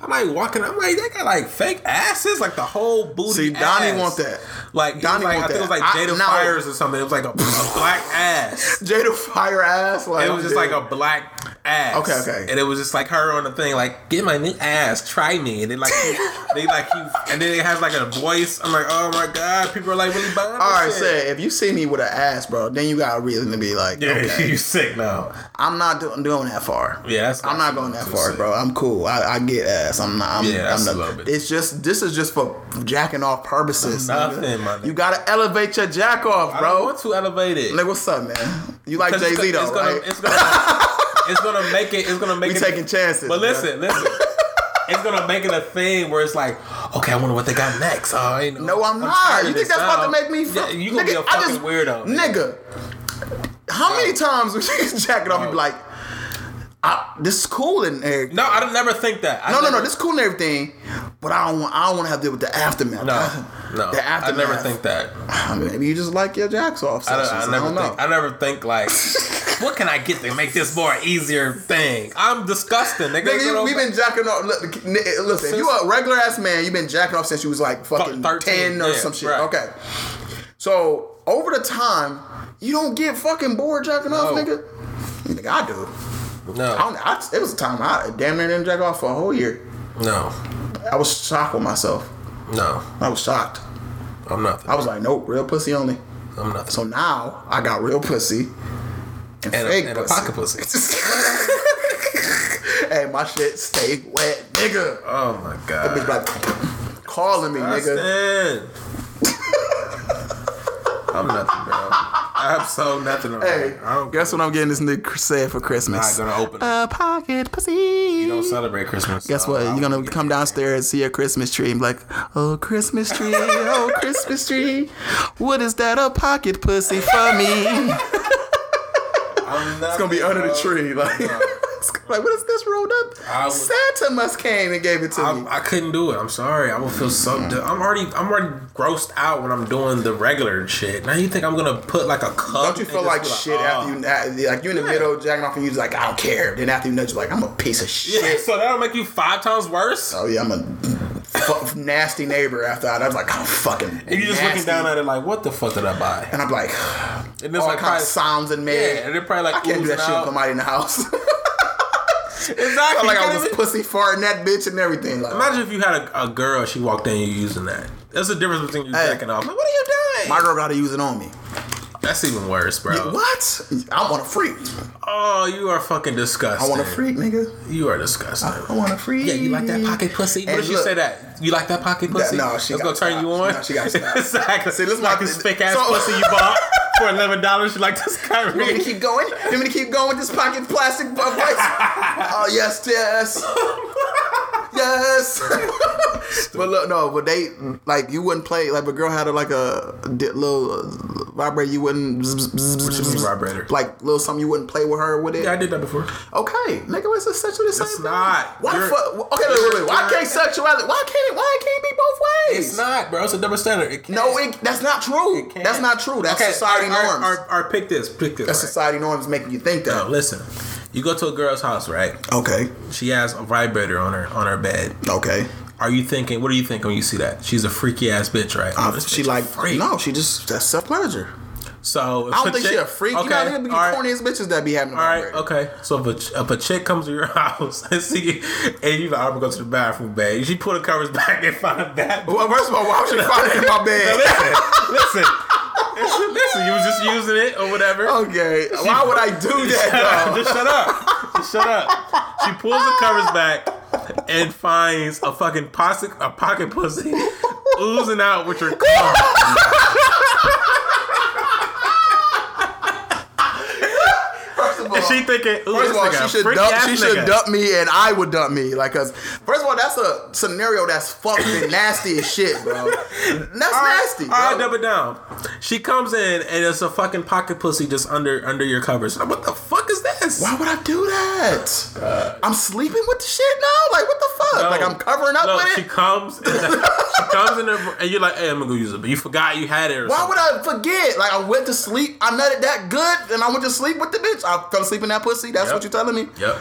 S4: I'm like walking. I'm like they got like fake asses, like the whole booty.
S3: See, Donnie
S4: ass.
S3: want that.
S4: Like Donnie
S3: Donnie
S4: like,
S3: want
S4: I think it was
S3: that.
S4: like
S3: I-
S4: Jada
S3: no.
S4: Fires or something. It was like a, a black ass.
S3: Jada fire ass. Like
S4: It was just like a black ass.
S3: Okay, okay.
S4: And it was just like her on the thing, like get my new ass, try me. And then like he- they like he, and then it has like a voice. I'm like, oh my god, people are like really buying.
S3: All right,
S4: this shit.
S3: say if you see me with an ass, bro, then you got a reason to be like,
S4: Yeah,
S3: okay,
S4: you sick now.
S3: I'm not do- doing that far.
S4: Yeah, that's
S3: I'm not going that far, bro. I'm cool. I, I get ass. I'm not. I'm,
S4: Yeah, that's
S3: I'm
S4: a
S3: not-
S4: little bit.
S3: It's just this is just for jacking off purposes.
S4: Nothing,
S3: nigga.
S4: my nigga.
S3: You gotta elevate your jack off,
S4: I don't
S3: bro.
S4: want to elevate it.
S3: Nigga, what's up, man? You like
S4: 'Cause
S3: Jay
S4: it's
S3: Z
S4: gonna-
S3: though,
S4: it's gonna,
S3: right?
S4: It's gonna, it's gonna make it. It's gonna make
S3: We
S4: it.
S3: taking chances.
S4: But
S3: bro.
S4: listen, listen. It's gonna make it a thing where it's like, okay, I wonder what they got next. Oh, you know,
S3: No,
S4: tired
S3: I'm, not.
S4: of
S3: You think
S4: this
S3: that's about
S4: now.
S3: to make me?
S4: Yeah,
S3: Fuck?
S4: you gonna be a
S3: Nigga, I
S4: fucking
S3: just-
S4: weirdo,
S3: nigga. How many times would you jack it off and be
S4: Bro.
S3: like, I, "This is cool and everything."
S4: No, I don't never think that. I
S3: No, no,
S4: never-
S3: no. This is cool and everything, but I don't want. I don't want to have to deal with the aftermath.
S4: no, no.
S3: the
S4: I
S3: aftermath.
S4: never think that.
S3: I mean, maybe you just like your jacks off.
S4: I,
S3: Sessions.
S4: don't,
S3: I,
S4: I never
S3: don't know.
S4: think. I never think like, what can I get to make this more easier thing? I'm disgusting, nigga.
S3: Nigga, you,
S4: Little-
S3: we've been jacking off. Look, n- listen, if you a regular ass man, you've been jacking off since you was like fucking
S4: 13,
S3: ten or
S4: yeah,
S3: some shit.
S4: right.
S3: Okay, so over the time, you don't get fucking bored jacking off,
S4: No.
S3: nigga. Nigga, I do. I
S4: no,
S3: don't. I, it was a time I damn near didn't jack off for a whole year.
S4: no,
S3: I was shocked with myself.
S4: no.
S3: I was shocked.
S4: I'm nothing.
S3: I was like, nope, real pussy only.
S4: I'm nothing.
S3: So now I got real pussy.
S4: And
S3: and,
S4: a-
S3: fake
S4: and a
S3: pussy.
S4: pocket pussy.
S3: hey, my shit stay wet, nigga.
S4: Oh my
S3: That bitch
S4: god.
S3: like calling me, nigga.
S4: Austin. I'm nothing, bro. I'm so nothing. Right.
S3: Hey,
S4: I don't,
S3: guess what I'm getting this nigga said for
S4: not
S3: Christmas?
S4: gonna open it.
S3: A pocket pussy.
S4: you don't celebrate Christmas.
S3: Guess
S4: so
S3: what?
S4: I
S3: You're gonna
S4: wouldn't
S3: come downstairs and see a Christmas tree and be like, oh Christmas tree, oh Christmas tree. What is that? A pocket pussy for me.
S4: get- I'm
S3: It's gonna be
S4: nothing,
S3: under the
S4: bro.
S3: tree. Like, it's gonna be like what is this rolled
S4: Uh, I
S3: up?
S4: would-
S3: Santa must came and gave it to
S4: I'm,
S3: me.
S4: I couldn't do it. I'm sorry. I would feel so.
S3: Mm.
S4: d I'm already. I'm already grossed out when I'm doing the regular shit. Now you think I'm gonna put like a cup?
S3: Don't you
S4: and just
S3: feel like
S4: be
S3: shit
S4: oh.
S3: after you after- like you in the middle jacking off and you just like I don't care. Then after you nudge, you're like I'm a piece of shit.
S4: Yeah, so that'll make you five times worse.
S3: Oh yeah, I'm a fu- nasty neighbor. After that, I was like I'm fucking.
S4: And you're just looking
S3: nasty.
S4: down at it like, what the fuck did I buy?
S3: and I'm like
S4: And
S3: all
S4: it's like
S3: kind
S4: probably,
S3: of sounds and made.
S4: yeah, and they're probably like,
S3: I can't do that shit with somebody in the house.
S4: Exactly.
S3: like
S4: you
S3: I
S4: can't
S3: was
S4: even-
S3: pussy farting that bitch and everything. Like,
S4: Imagine if you had a, a girl, she walked in, you using that. That's the difference between you
S3: Hey.
S4: jacking off. Like, what are you doing?
S3: my girl gotta use it on me.
S4: That's even worse, bro.
S3: What? I want a freak.
S4: Oh, you are fucking disgusting.
S3: I want a freak, nigga.
S4: You are disgusting.
S3: I want a freak.
S4: yeah, you like that pocket pussy? What
S3: And
S4: if you
S3: look-
S4: say that? You like that pocket pussy?
S3: no, she
S4: That's
S3: gotta
S4: gonna turn
S3: stop.
S4: you on.
S3: No, she gotta stop.
S4: exactly.
S3: See, this is
S4: like
S3: my-
S4: this fake ass
S3: so-
S4: pussy you bought for eleven dollars. You like this
S3: You want me
S4: Kyrie?
S3: to keep going? You want me to keep going with this pocket plastic bu- bites? oh yes, yes, yes. but look, no, but they like you wouldn't play like if a girl had a, like a di- little uh, vibrator. You wouldn't zzz, zzz, zzz,
S4: Which is
S3: zzz,
S4: vibrator.
S3: like little something you wouldn't play with her with it.
S4: Yeah, I did that before.
S3: Okay, nigga, it's essentially the same
S4: It's
S3: thing.
S4: not.
S3: Why the
S4: You're-
S3: fuck? Okay, wait, wait, wait. Why
S4: you're-
S3: can't sexuality? Why can't it? Why it can't be both ways?
S4: It's not, bro. It's a double standard. It can't.
S3: No, it, that's not true.
S4: can't.
S3: That's not true. That's society
S4: all right,
S3: norms.
S4: all right, all right, pick this. Pick this.
S3: that's
S4: right?
S3: society norms making you think
S4: No,
S3: that.
S4: listen. You go to a girl's house, right?
S3: Okay.
S4: She has a vibrator on her on her bed.
S3: Okay.
S4: Are you thinking? What do you think when you see that? She's a freaky ass bitch, right?
S3: Uh,
S4: Oh, this
S3: she
S4: bitch
S3: like
S4: a freak.
S3: no, she just that's self pleasure.
S4: So if
S3: I
S4: a
S3: don't think
S4: chick-
S3: she a freak. You know,
S4: Okay,
S3: there be
S4: all right.
S3: corny as bitches that be having.
S4: All right, okay. So if a, if a chick comes to your house and see, and you like, I'm gonna go to the bathroom, babe. She pull the covers back and find that.
S3: Well, first of all, why would she find it in my
S4: Now,
S3: bed?
S4: listen, listen, listen, listen. You was just using it or whatever.
S3: Oh, Okay, why would I do that?
S4: just shut up. Just shut up. She pulls the covers back and finds a fucking posse, a pocket pussy oozing out with her car.
S3: Though? First of all,
S4: She thinking, ooh,
S3: First of all, she should dump. She should
S4: dump.
S3: dump me, and I would dump me. Like, cause first of all, that's a scenario that's fucked and nasty as shit, bro. That's nasty. Bro.
S4: All right, double down. She comes in and it's a fucking pocket pussy just under under your covers. Like, what the fuck is this?
S3: Why would I do that? I'm sleeping with the shit now. Like, what the fuck?
S4: No.
S3: Like, I'm covering up
S4: No,
S3: with
S4: she
S3: it.
S4: comes. she comes in there and you're like, hey, I'm gonna go use it, but you forgot you had it. Or
S3: Why
S4: something.
S3: would I forget? Like, I went to sleep. I nutted that good, and I went to sleep with the bitch. I fell asleep in that pussy. That's
S4: Yep.
S3: what you're telling me?
S4: Yep.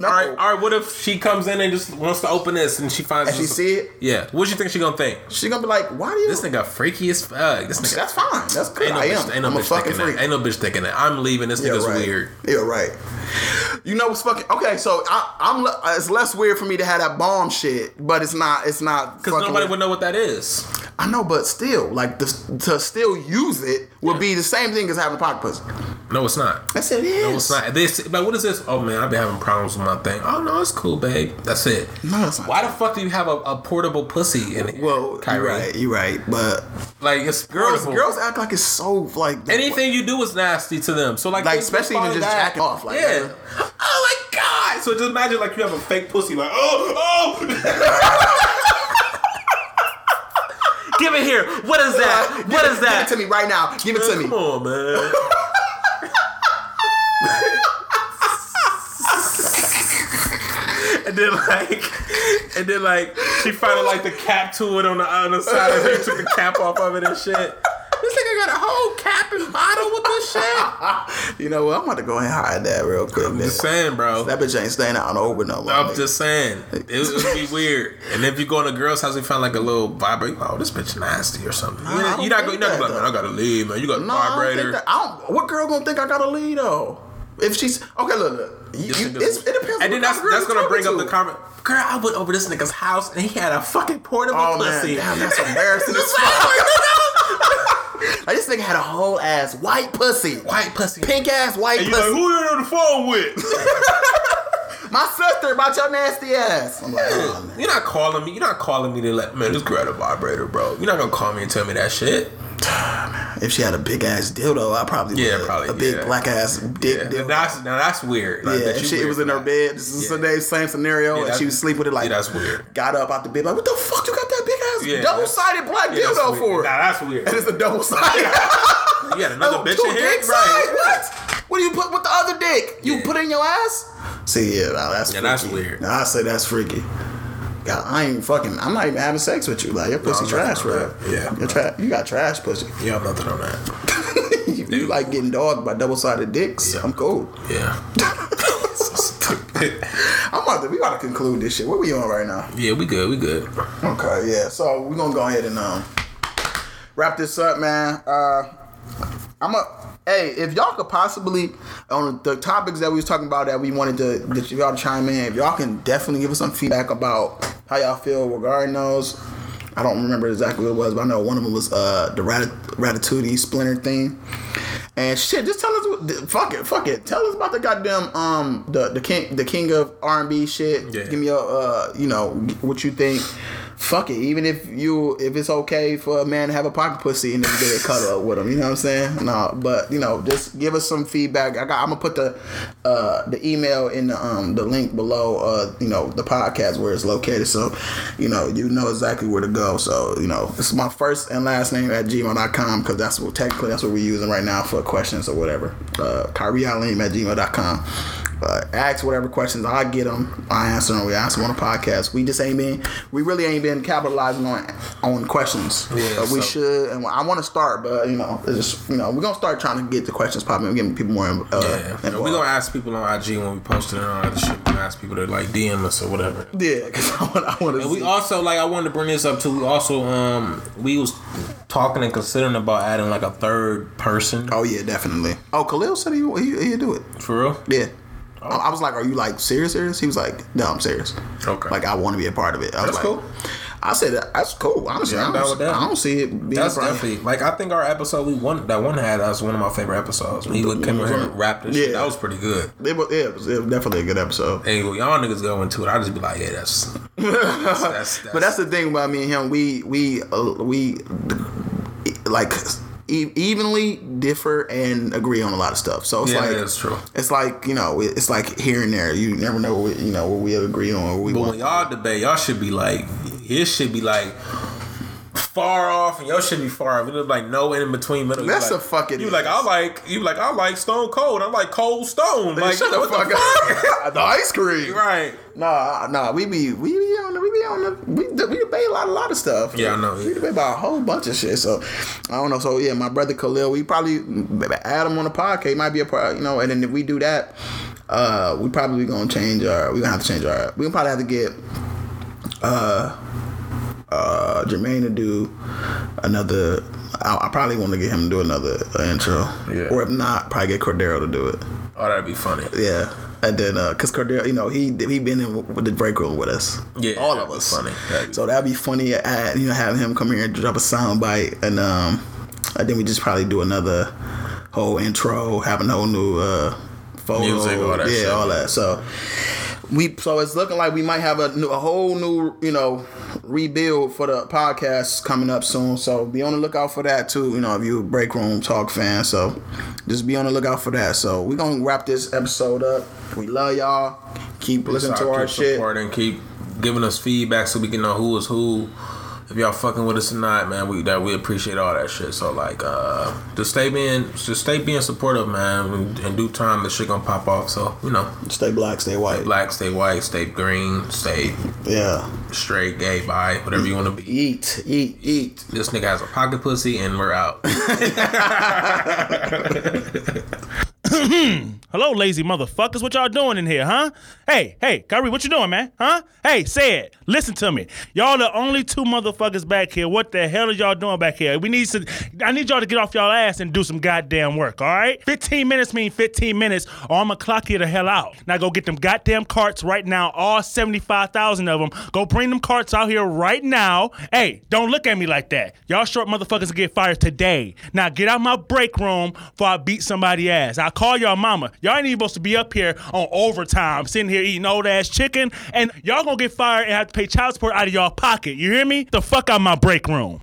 S3: No.
S4: All right. All right. What if she comes in and just wants to open this and she finds
S3: And she
S4: this-
S3: see it,
S4: Yeah. What do you think she gonna think?
S3: she gonna be like, "Why do you?"
S4: This nigga freaky as fuck. This nigga.
S3: That's fine. That's good.
S4: Ain't no
S3: I
S4: bitch,
S3: am.
S4: Ain't no
S3: I'm a
S4: bitch
S3: fucking
S4: thinking
S3: freak.
S4: that. Ain't no bitch thinking that. I'm leaving. This nigga's
S3: right.
S4: weird.
S3: Yeah, right. You know what's fucking okay? So I, I'm. le- It's less weird for me to have that bomb shit, but it's not. It's not
S4: Because
S3: fucking
S4: nobody
S3: weird.
S4: would know what that is.
S3: I know, but still, like the, to still use it would be the same thing as having pocket pussy.
S4: No, it's not.
S3: That's it. it Is.
S4: No, it's not. This, but what is this? Oh man, I've been having problems with my thing. Oh no, it's cool, babe. That's it.
S3: No, it's not.
S4: Why the fuck do you have a, a portable pussy in here?
S3: Well, you're
S4: Kyrie?
S3: right. You're right. But
S4: Like it's
S3: girls,
S4: portable.
S3: girls act like it's so like
S4: Anything you do is nasty to them. So like,
S3: Like,
S4: they-
S3: especially even
S4: they
S3: just
S4: probably
S3: jacking off, like,
S4: yeah. Oh my god. So just imagine like you have a fake pussy. Like oh oh. Give it here. What is that? What is that?
S3: Give it to me right now. Give it to
S4: Come
S3: me.
S4: on, man. and then like, and then like, she finally like the cap to it on the on the side of it. Took the cap off of it and shit. This nigga got a whole cap and bottle with this shit.
S3: You know what? I'm about to go and hide that real quick. man.
S4: Just saying, bro.
S3: That bitch ain't staying out in the open no more.
S4: I'm
S3: nigga.
S4: just saying, it, it would be weird. And if you go in a girl's house, you find like a little vibrator. Oh, this bitch nasty or something.
S3: I
S4: you're
S3: don't
S4: not, you're not
S3: think
S4: gonna be like,
S3: that,
S4: man, I gotta leave, man. You got a
S3: No, I don't
S4: vibrator.
S3: think that. I don't, what girl gonna think I got a lead though? If she's okay, look, look. You,
S4: This
S3: you-
S4: nigga-
S3: it's, it depends.
S4: And
S3: on
S4: then that's, that's gonna bring up the
S3: conversation.
S4: comment. Girl, I went over this nigga's house and he had a fucking portable
S3: Oh man,
S4: pussy.
S3: damn, that's embarrassing as fuck. Like this nigga had a whole ass white pussy,
S4: White pussy.
S3: pink ass white
S4: And you like,
S3: pussy.
S4: who you on the phone with?
S3: My sister about your nasty ass. I'm like, oh, man.
S4: You're not calling me. You're not calling me to let man. This girl had a vibrator, bro. You're not gonna call me and tell me that shit.
S3: If she had a big ass dildo, I probably
S4: Yeah,
S3: would.
S4: probably,
S3: a big
S4: yeah.
S3: black ass dick
S4: Yeah,
S3: dildo.
S4: that's now that's weird. Like,
S3: yeah,
S4: that
S3: if
S4: you
S3: she it
S4: weird
S3: was
S4: for
S3: in her
S4: that.
S3: bed. This is
S4: Yeah.
S3: the same scenario, and
S4: that's-
S3: she was sleep with it like
S4: yeah, that's weird.
S3: Got up out the bed like, what the fuck? You got that big ass
S4: Yeah,
S3: double sided black
S4: Yeah, that's
S3: dildo
S4: weird. Nah,
S3: for? it.
S4: that's weird.
S3: and it's a double sided.
S4: You had another
S3: Oh,
S4: bitch
S3: two
S4: in here,
S3: dick size?
S4: right?
S3: What? What do you put with the other dick? You
S4: Yeah.
S3: put it in your ass? See, yeah, nah, that's
S4: Yeah,
S3: freaky.
S4: that's weird.
S3: Nah, I say that's freaky. God, I ain't fucking. I'm not even having sex with you. Like your pussy
S4: I'm not
S3: trash,
S4: doing
S3: bro.
S4: that. Yeah, I'm
S3: Your
S4: not.
S3: tra- you got trash pussy.
S4: Yeah, I'm nothing on that.
S3: you, you like getting dogged by double sided dicks?
S4: Yeah.
S3: I'm cool.
S4: Yeah.
S3: I'm about to. We about to conclude this shit. What we on right now?
S4: yeah, we good. We good.
S3: Okay, yeah. So we're gonna go ahead and um wrap this up, man. Uh I'm a hey, if y'all could possibly on the topics that we was talking about that we wanted to that y'all to chime in, if y'all can definitely give us some feedback about how y'all feel regarding those. I don't remember exactly what it was, but I know one of them was uh the Rat- Ratatouille Splinter thing. And shit, just tell us what th- fuck it, fuck it. Tell us about the goddamn um the the king the king of R and B shit.
S4: Yeah.
S3: Give me your uh you know what you think. Fuck it, even if you if it's okay for a man to have a pocket pussy and then get a cuddle up with him, you know what I'm saying? No, but you know, just give us some feedback. I got I'm gonna put the uh the email in the um the link below uh you know the podcast where it's located so you know you know exactly where to go. So, you know, it's my first and last name at gmail.com because that's what technically that's what we're using right now for questions or whatever. Uh Kyrie Alim at gmail.com. Uh, ask whatever questions I get them. I answer them. We answer them on the podcast. We just ain't been, we really ain't been capitalizing on on questions.
S4: Yeah,
S3: but
S4: so-
S3: we should, and I want to start, but you know, it's just you know, we're gonna start trying to get the questions popping. We're getting people more uh,
S4: Yeah.
S3: involved.
S4: And we gonna ask people on IG when we post it and all that shit. We gonna ask people to like DM us or whatever.
S3: Yeah, because I want, I want to.
S4: And
S3: see.
S4: we also like I wanted to bring this up too. We also um we was talking and considering about adding like a third person
S3: oh yeah, definitely. Oh, Khalil said he he he'll do it.
S4: for real.
S3: Yeah.
S4: Oh.
S3: I I was like, "Are you like serious, serious?" He was like, "No, I'm serious.
S4: Okay.
S3: Like I want to be a part of it." I was
S4: That's
S3: like,
S4: cool.
S3: I said, "That's cool." Honestly,
S4: Yeah, I'm
S3: I,
S4: down
S3: don't,
S4: with that.
S3: I don't see it being
S4: That's
S3: a problem.
S4: definitely like I think our episode we one that one had that was one of my favorite episodes. We would come in here and rap this shit.
S3: Yeah.
S4: That was pretty good.
S3: It was, yeah, it was, it was definitely a good episode.
S4: Hey, well, y'all niggas go into it. I just be like, yeah, that's. that's, that's, that's
S3: But that's the thing about me and him. We we uh, we like e- evenly differ and agree on a lot of stuff. So it's
S4: Yeah,
S3: like
S4: that's true.
S3: It's like you know, it's like here and there. You never know what you know what we agree on. What we
S4: But
S3: want.
S4: when y'all debate, y'all should be like, his should be like far off, and y'all should be far off. It was like no in between middle. You
S3: That's
S4: like,
S3: a fucking-
S4: You like I like you like I like Stone Cold. I like Cold Stone. Like
S3: Shut the
S4: what
S3: fuck
S4: the fuck?
S3: up. the ice cream.
S4: right.
S3: Nah, nah, we be we be on the, we be on the, we, we debate a lot a lot of stuff.
S4: Yeah, I know,
S3: We
S4: yeah.
S3: debate about a whole bunch of shit. So I don't know. So yeah, my brother Khalil, we probably add him on the podcast. He might be a part, you know. And then if we do that, uh, we probably gonna change our. We gonna have to change our. We gonna probably have to get uh Jermaine to do another. I, I probably want to get him to do another uh, intro.
S4: Yeah.
S3: Or if not, probably get Cordero to do it.
S4: Oh, that'd be funny.
S3: Yeah. And then, uh, cause Cordell, you know, he he been in with the break room with us,
S4: Yeah,
S3: all
S4: that'd
S3: of
S4: be
S3: us.
S4: funny. That'd be-
S3: so that'd be funny. At, you know, having him come here and drop a sound bite, and um, and then we just probably do another whole intro, have a whole new uh, photo,
S4: Music, all that
S3: yeah,
S4: shit.
S3: all that. So we, so it's looking like we might have a new, a whole new, you know, rebuild for the podcast coming up soon. So be on the lookout for that too. You know, if you a break room talk fan, so just be on the lookout for that. So we gonna wrap this episode up. We love y'all. Keep listening to
S4: Keep
S3: our shit.
S4: supporting, keep giving us feedback so we can know who is who. If y'all fucking with us or not, man, we that we appreciate all that shit. So like, uh, just stay being, just stay being supportive, man. In due time, the shit gonna pop off. So you know,
S3: Stay black, stay white.
S4: black, stay white, stay green, stay
S3: Yeah.
S4: straight, gay, bi, whatever you wanna be.
S3: Eat, eat, eat.
S4: This nigga has a pocket pussy, and we're out.
S1: Hello, lazy motherfuckers. What y'all doing in here, huh? Hey, hey, Kyrie, what you doing, man? Huh? Hey, say it. Listen to me. Y'all the only two motherfuckers back here. What the hell is y'all doing back here? We need to. I need y'all to get off y'all ass and do some goddamn work. All right? 15 minutes mean 15 minutes, or I'ma clock you the hell out. Now go get them goddamn carts right now. All 75,000 of them. Go bring them carts out here right now. Hey, don't look at me like that. Y'all short motherfuckers get fired today. Now get out my break room before I beat somebody ass. I call y'all mama. Y'all ain't even supposed to be up here on overtime, sitting here eating old ass chicken, and y'all gonna get fired and have to pay child support out of y'all pocket. You hear me? The fuck out my break room.